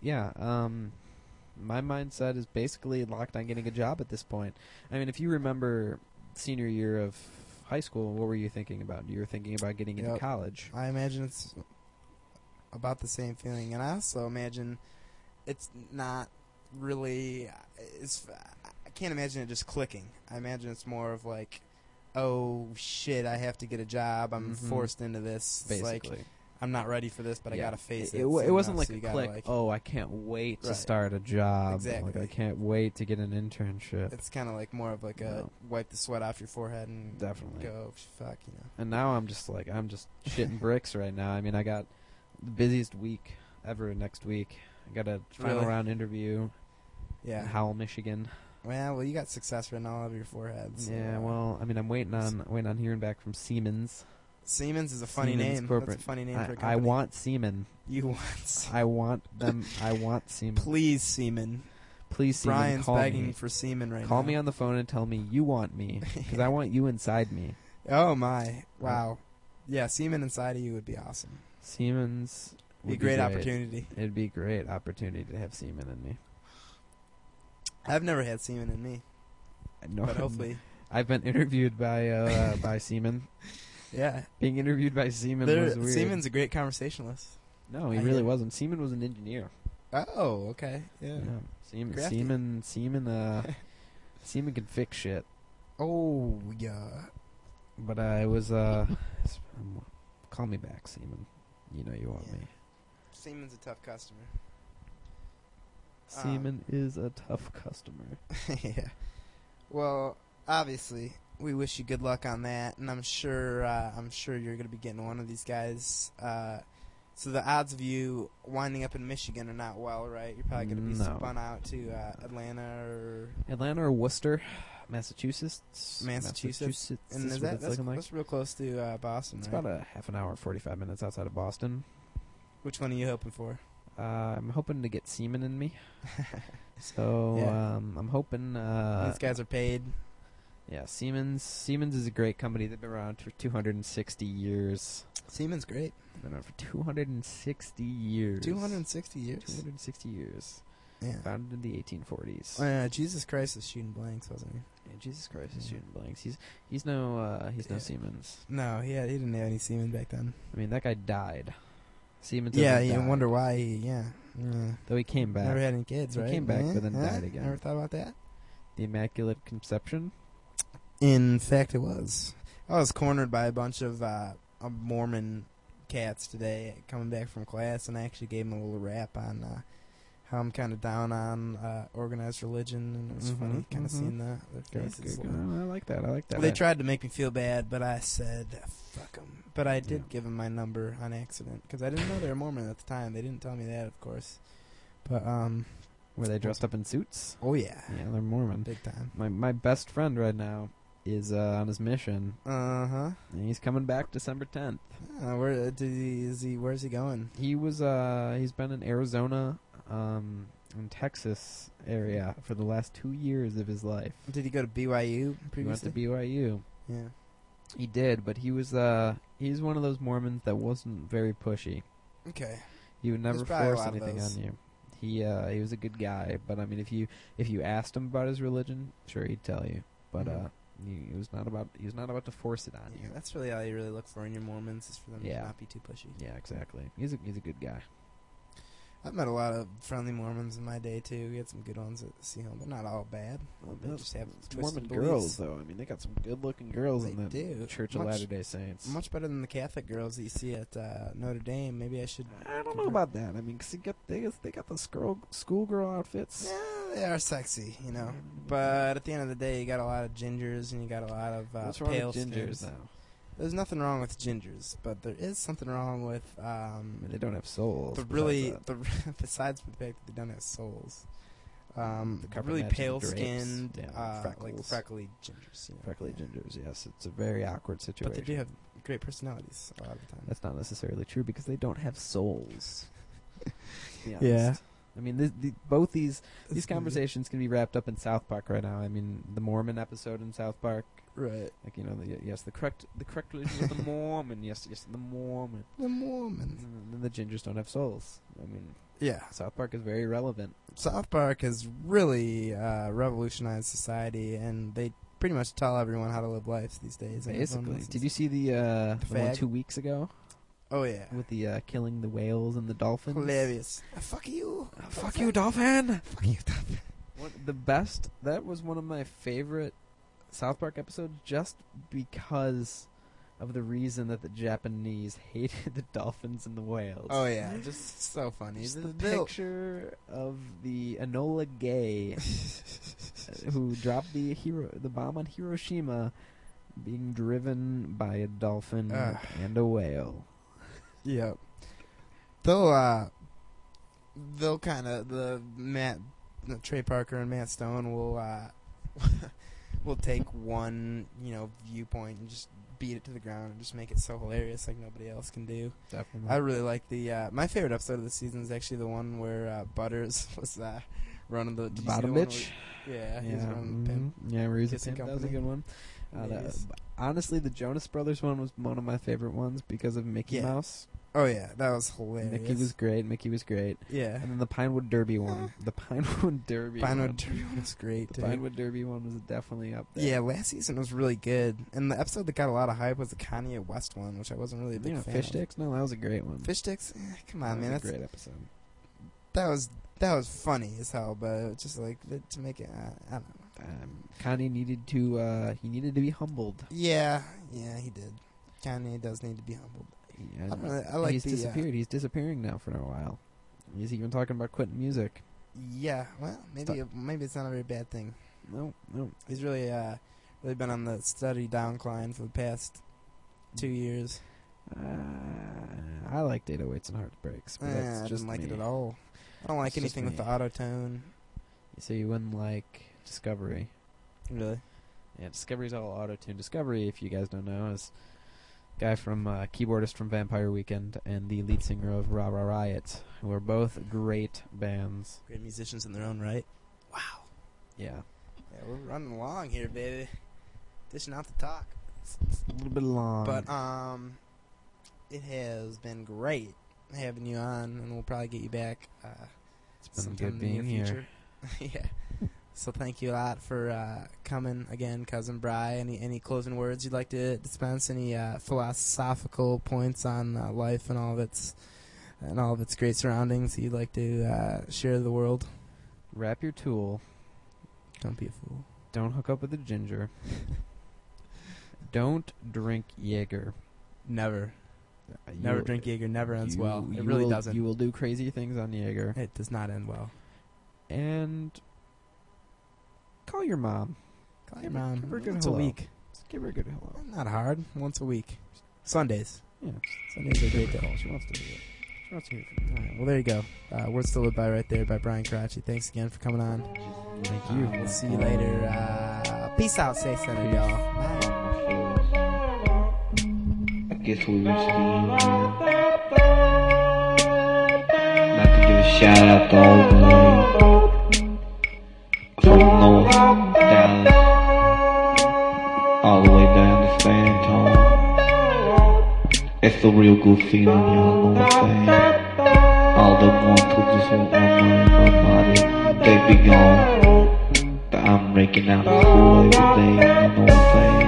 yeah, um my mindset is basically locked on getting a job at this point. I mean, if you remember senior year of high school, what were you thinking about? You were thinking about getting into Yep. college. I imagine it's about the same feeling, and I also imagine it's not really. uh, It's I can't imagine it just clicking. I imagine it's more of like, oh shit, I have to get a job. I'm Mhm. forced into this. It's Basically, like I'm not ready for this, but I Yeah. gotta face it. It, wa- so, it you wasn't know, like so a you gotta, click. like- oh, I can't wait to Right. start a job. Like I Exactly. can't wait to get an internship. It's kind of like more of like a No. wipe the sweat off your forehead and Definitely. go fuck you know. And now I'm just like I'm just shitting bricks right now. I mean, I got the busiest week ever next week. I got a final Really? round interview in Yeah. Howell, Michigan. well, well, you got success written all over your forehead. so, Yeah, uh, well, I mean, I'm waiting on waiting on hearing back from Siemens. Siemens is a funny Siemens name. Corporate. That's a funny name for I, a company. I want Siemens. you want. I want them. I want Siemens. Please, Seaman. Please, Siemens, Brian's call begging me. for Seaman right call now. me on the phone and tell me you want me because I want you inside me. Oh my! Wow. Yeah, Seaman inside of you would be awesome. Siemens Be a would great, opportunity. It'd be a great opportunity to have Siemens in me. I've never had Seaman in me, I know. but hopefully, I've been interviewed by uh, by Siemens. yeah. Being interviewed by Siemens There- was weird. Seaman's a great conversationalist. no, he I really hear- wasn't. Siemens was an engineer. Oh, okay. Yeah. Yeah. Seaman, Crafty. Seaman, Seaman, uh, Seaman can fix shit. Oh yeah. But uh, it was, uh, I'm Call me back, Seaman. You know you want Yeah. me. Siemens a tough customer. Um, Seaman is a tough customer. yeah. Well, obviously, we wish you good luck on that, and I'm sure uh, I'm sure you're going to be getting one of these guys. Uh, so the odds of you winding up in Michigan are not well, right? You're probably going to be No. spun out to uh, Atlanta or Atlanta or Worcester, Massachusetts. Massachusetts. Massachusetts and is is what that it's that's, looking like. that's real close to uh, Boston, It's right? about a half an hour, forty-five minutes outside of Boston. Which one are you hoping for? Uh, I'm hoping to get semen in me. So Yeah. um, I'm hoping. Uh, these guys are paid. yeah, Siemens. Siemens is a great company. They've been around for 260 years. Siemens great. They've been around for 260 years. 260 years. 260 years. Yeah. Founded in the 1840s. Uh, Jesus Christ is shooting blanks, wasn't he? Yeah, Jesus Christ, he's Yeah. shooting blanks. He's he's no uh, he's no Yeah. Siemens. No, he had, he didn't have any semen back then. I mean, that guy died. Siemens. Yeah, hasn't you died, wonder why. He, yeah, yeah. Though he came back. never had any kids, He right? came back, Yeah, but then yeah, died again. Never thought about that. the Immaculate Conception. In fact, it was. I was cornered by a bunch of uh, uh, Mormon cats today coming back from class, and I actually gave them a little rap on uh, how I'm kind of down on uh, organized religion, and it was Mhm, funny kind of mhm. seeing the, their Good, faces. light good, up. good. Oh, I like that. I like that. They I- tried to make me feel bad, but I said, fuck them. But I did Yeah. give them my number on accident because I didn't know they were Mormon at the time. They didn't tell me that, of course. But, um, Were they dressed up in suits? oh yeah. Yeah, they're Mormon. Big time. My my best friend right now is uh, on his mission, Uh huh. and he's coming back December 10th. Uh, where did he, is he? Where's he going? He was uh he's been in Arizona, um, and Texas area for the last two years of his life. Did he go to BYU He went to previously? BYU. yeah. He did, but he was uh he's one of those Mormons that wasn't very pushy. Okay. He would never There's probably a force lot of anything those. on you. He uh he was a good guy, but I mean if you if you asked him about his religion, sure he'd tell you. But Mhm. uh he, he was not about he was not about to force it on Yeah, you. that's really all you really look for in your Mormons is for them Yeah. to not be too pushy. Yeah, exactly. He's a he's a good guy. I've met a lot of friendly Mormons in my day too. We had some good ones at Seahome. They're not all bad. they those just have Mormon twisted beliefs. girls though. I mean they got some good looking girls in They the do. Church of Much- Latter Day Saints. Much better than the Catholic girls that you see at uh, Notre Dame. Maybe I should. I don't know about that. I mean, 'cause they got they, they got the school schoolgirl outfits. Yeah, they are sexy, you know. But at the end of the day, you got a lot of gingers and you got a lot of uh, What's wrong pale with gingers skins. now? There's nothing wrong with gingers, but there is something wrong with I mean, um, they don't have souls. the besides really that. the besides the fact that they don't have souls. Um, The the cover really matching pale drapes, skinned, yeah, uh, like freckles. freckly gingers. you know. prickly Yeah. gingers. Yes, it's a very awkward situation. But they do have great personalities a lot of the time. That's not necessarily true because they don't have souls. To be Yeah. honest. I mean, th the, both these That's- these conversations can be wrapped up in South Park right now. I mean, the Mormon episode in South Park. Right. Like you know, the, yes, the correct the correct religion of the Mormon. Yes, yes, the Mormon. Mm, The And Mormons. then the gingers don't have souls. I mean, Yeah. South Park is very relevant. South Park has really uh, revolutionized society, and they pretty much tell everyone how to live life these days. and everyone Basically, listens. did you see the uh, The the one fag. two weeks ago Oh yeah, with the uh, killing the whales and the dolphins? hilarious. Ah, fuck you. Ah, fuck you, dolphin. Fuck you. One, the best. That was one of my favorite South Park episodes, just because of the reason that the Japanese hated the dolphins and the whales. Oh yeah, just so funny. Just The the bill- picture of the Enola Gay, uh, who dropped the hero the bomb on Hiroshima, being driven by a dolphin Ugh. and a whale. Yep. They'll uh, they'll kind of the Matt the Trey Parker and Matt Stone will uh, will take one you know viewpoint and just beat it to the ground and just make it so hilarious like nobody else can do. Definitely. I really like the uh, my favorite episode of the season is actually the one where uh, Butters was uh, running the, did the you see bottom the one bitch. where- yeah, he's running the pimp. mhm. Yeah, where he's a Kissing pimp. That was a company. good one. Uh, that- Yes. honestly, the Jonas Brothers one was one of my favorite ones because of Mickey Yeah. Mouse. Oh yeah, that was hilarious. Mickey was great. Mickey was great. yeah. And then the Pinewood Derby one. The Pinewood Derby. one. Pinewood Derby one was great. The dude. Pinewood Derby one was definitely up there. Yeah, last season was really good, and the episode that got a lot of hype was the Kanye West one, which I wasn't really a big yeah, fan. fish of. sticks. No, that was a great one. Fish sticks. Eh, come that on, man. was a That's, great episode. that was that was funny as hell, but it was just like that- to make it. Uh, I don't know. Um, Kanye needed to. Uh, he needed to be humbled. Yeah, yeah, he did. Kanye does need to be humbled. I don't know, I like he's the, uh, disappeared. he's disappearing now for a while. He's even talking about quitting music. Yeah, well, maybe it, maybe it's not a very bad thing. No, no. He's really uh, really been on the steady downcline for the past two years. Uh, I like data weights and heartbreaks, but Eh, that's I just didn't like it me. at all. I don't like It's just anything with the me. auto tone. So you wouldn't like Discovery. Really? Yeah, Discovery's all auto tune. Discovery, if you guys don't know, is a guy from uh, keyboardist from Vampire Weekend and the lead singer of Ra Ra Riot, who are both great bands. Great musicians in their own right. Wow. Yeah, Yeah, we're running along here, baby. Dishing out the talk. a little bit long. But um, it has been great having you on, and we'll probably get you back uh, it's been sometime good in the near being here. future. yeah. So thank you a lot for uh, coming again, cousin Bry. Any any closing words you'd like to dispense? Any uh, philosophical points on uh, life and all of its and all of its great surroundings that you'd like to uh, share with the world? Wrap your tool. Don't be a fool. Don't hook up with a ginger. don't drink Jaeger. Never, Uh, never you'll- drink Jaeger. Never ends you- well. It you really will- doesn't. You will do crazy things on Jaeger. it does not end well. And call your mom. Call Give your her- mom give her a good once a hello. week. Just give her a good hello. Not hard. Once a week. Sundays. Yeah. Sundays are a great day. Call. She wants to hear it. She wants to hear from All right, well, there you go. Uh, Words to Live By right there by Brian Karachi. Thanks again for coming on. you. Thank Uh, you. we'll see you later. Uh, peace out. Stay centered, y'all. Bye. I guess we were staying here. About to give a shout out to everybody from North Dallas all the way down to San Antonio. It's the real good feeling, y'all know what I'm saying? All the ones who just want my money, my body, they be gone. But I'm raking out the cool every day, you know what I'm saying?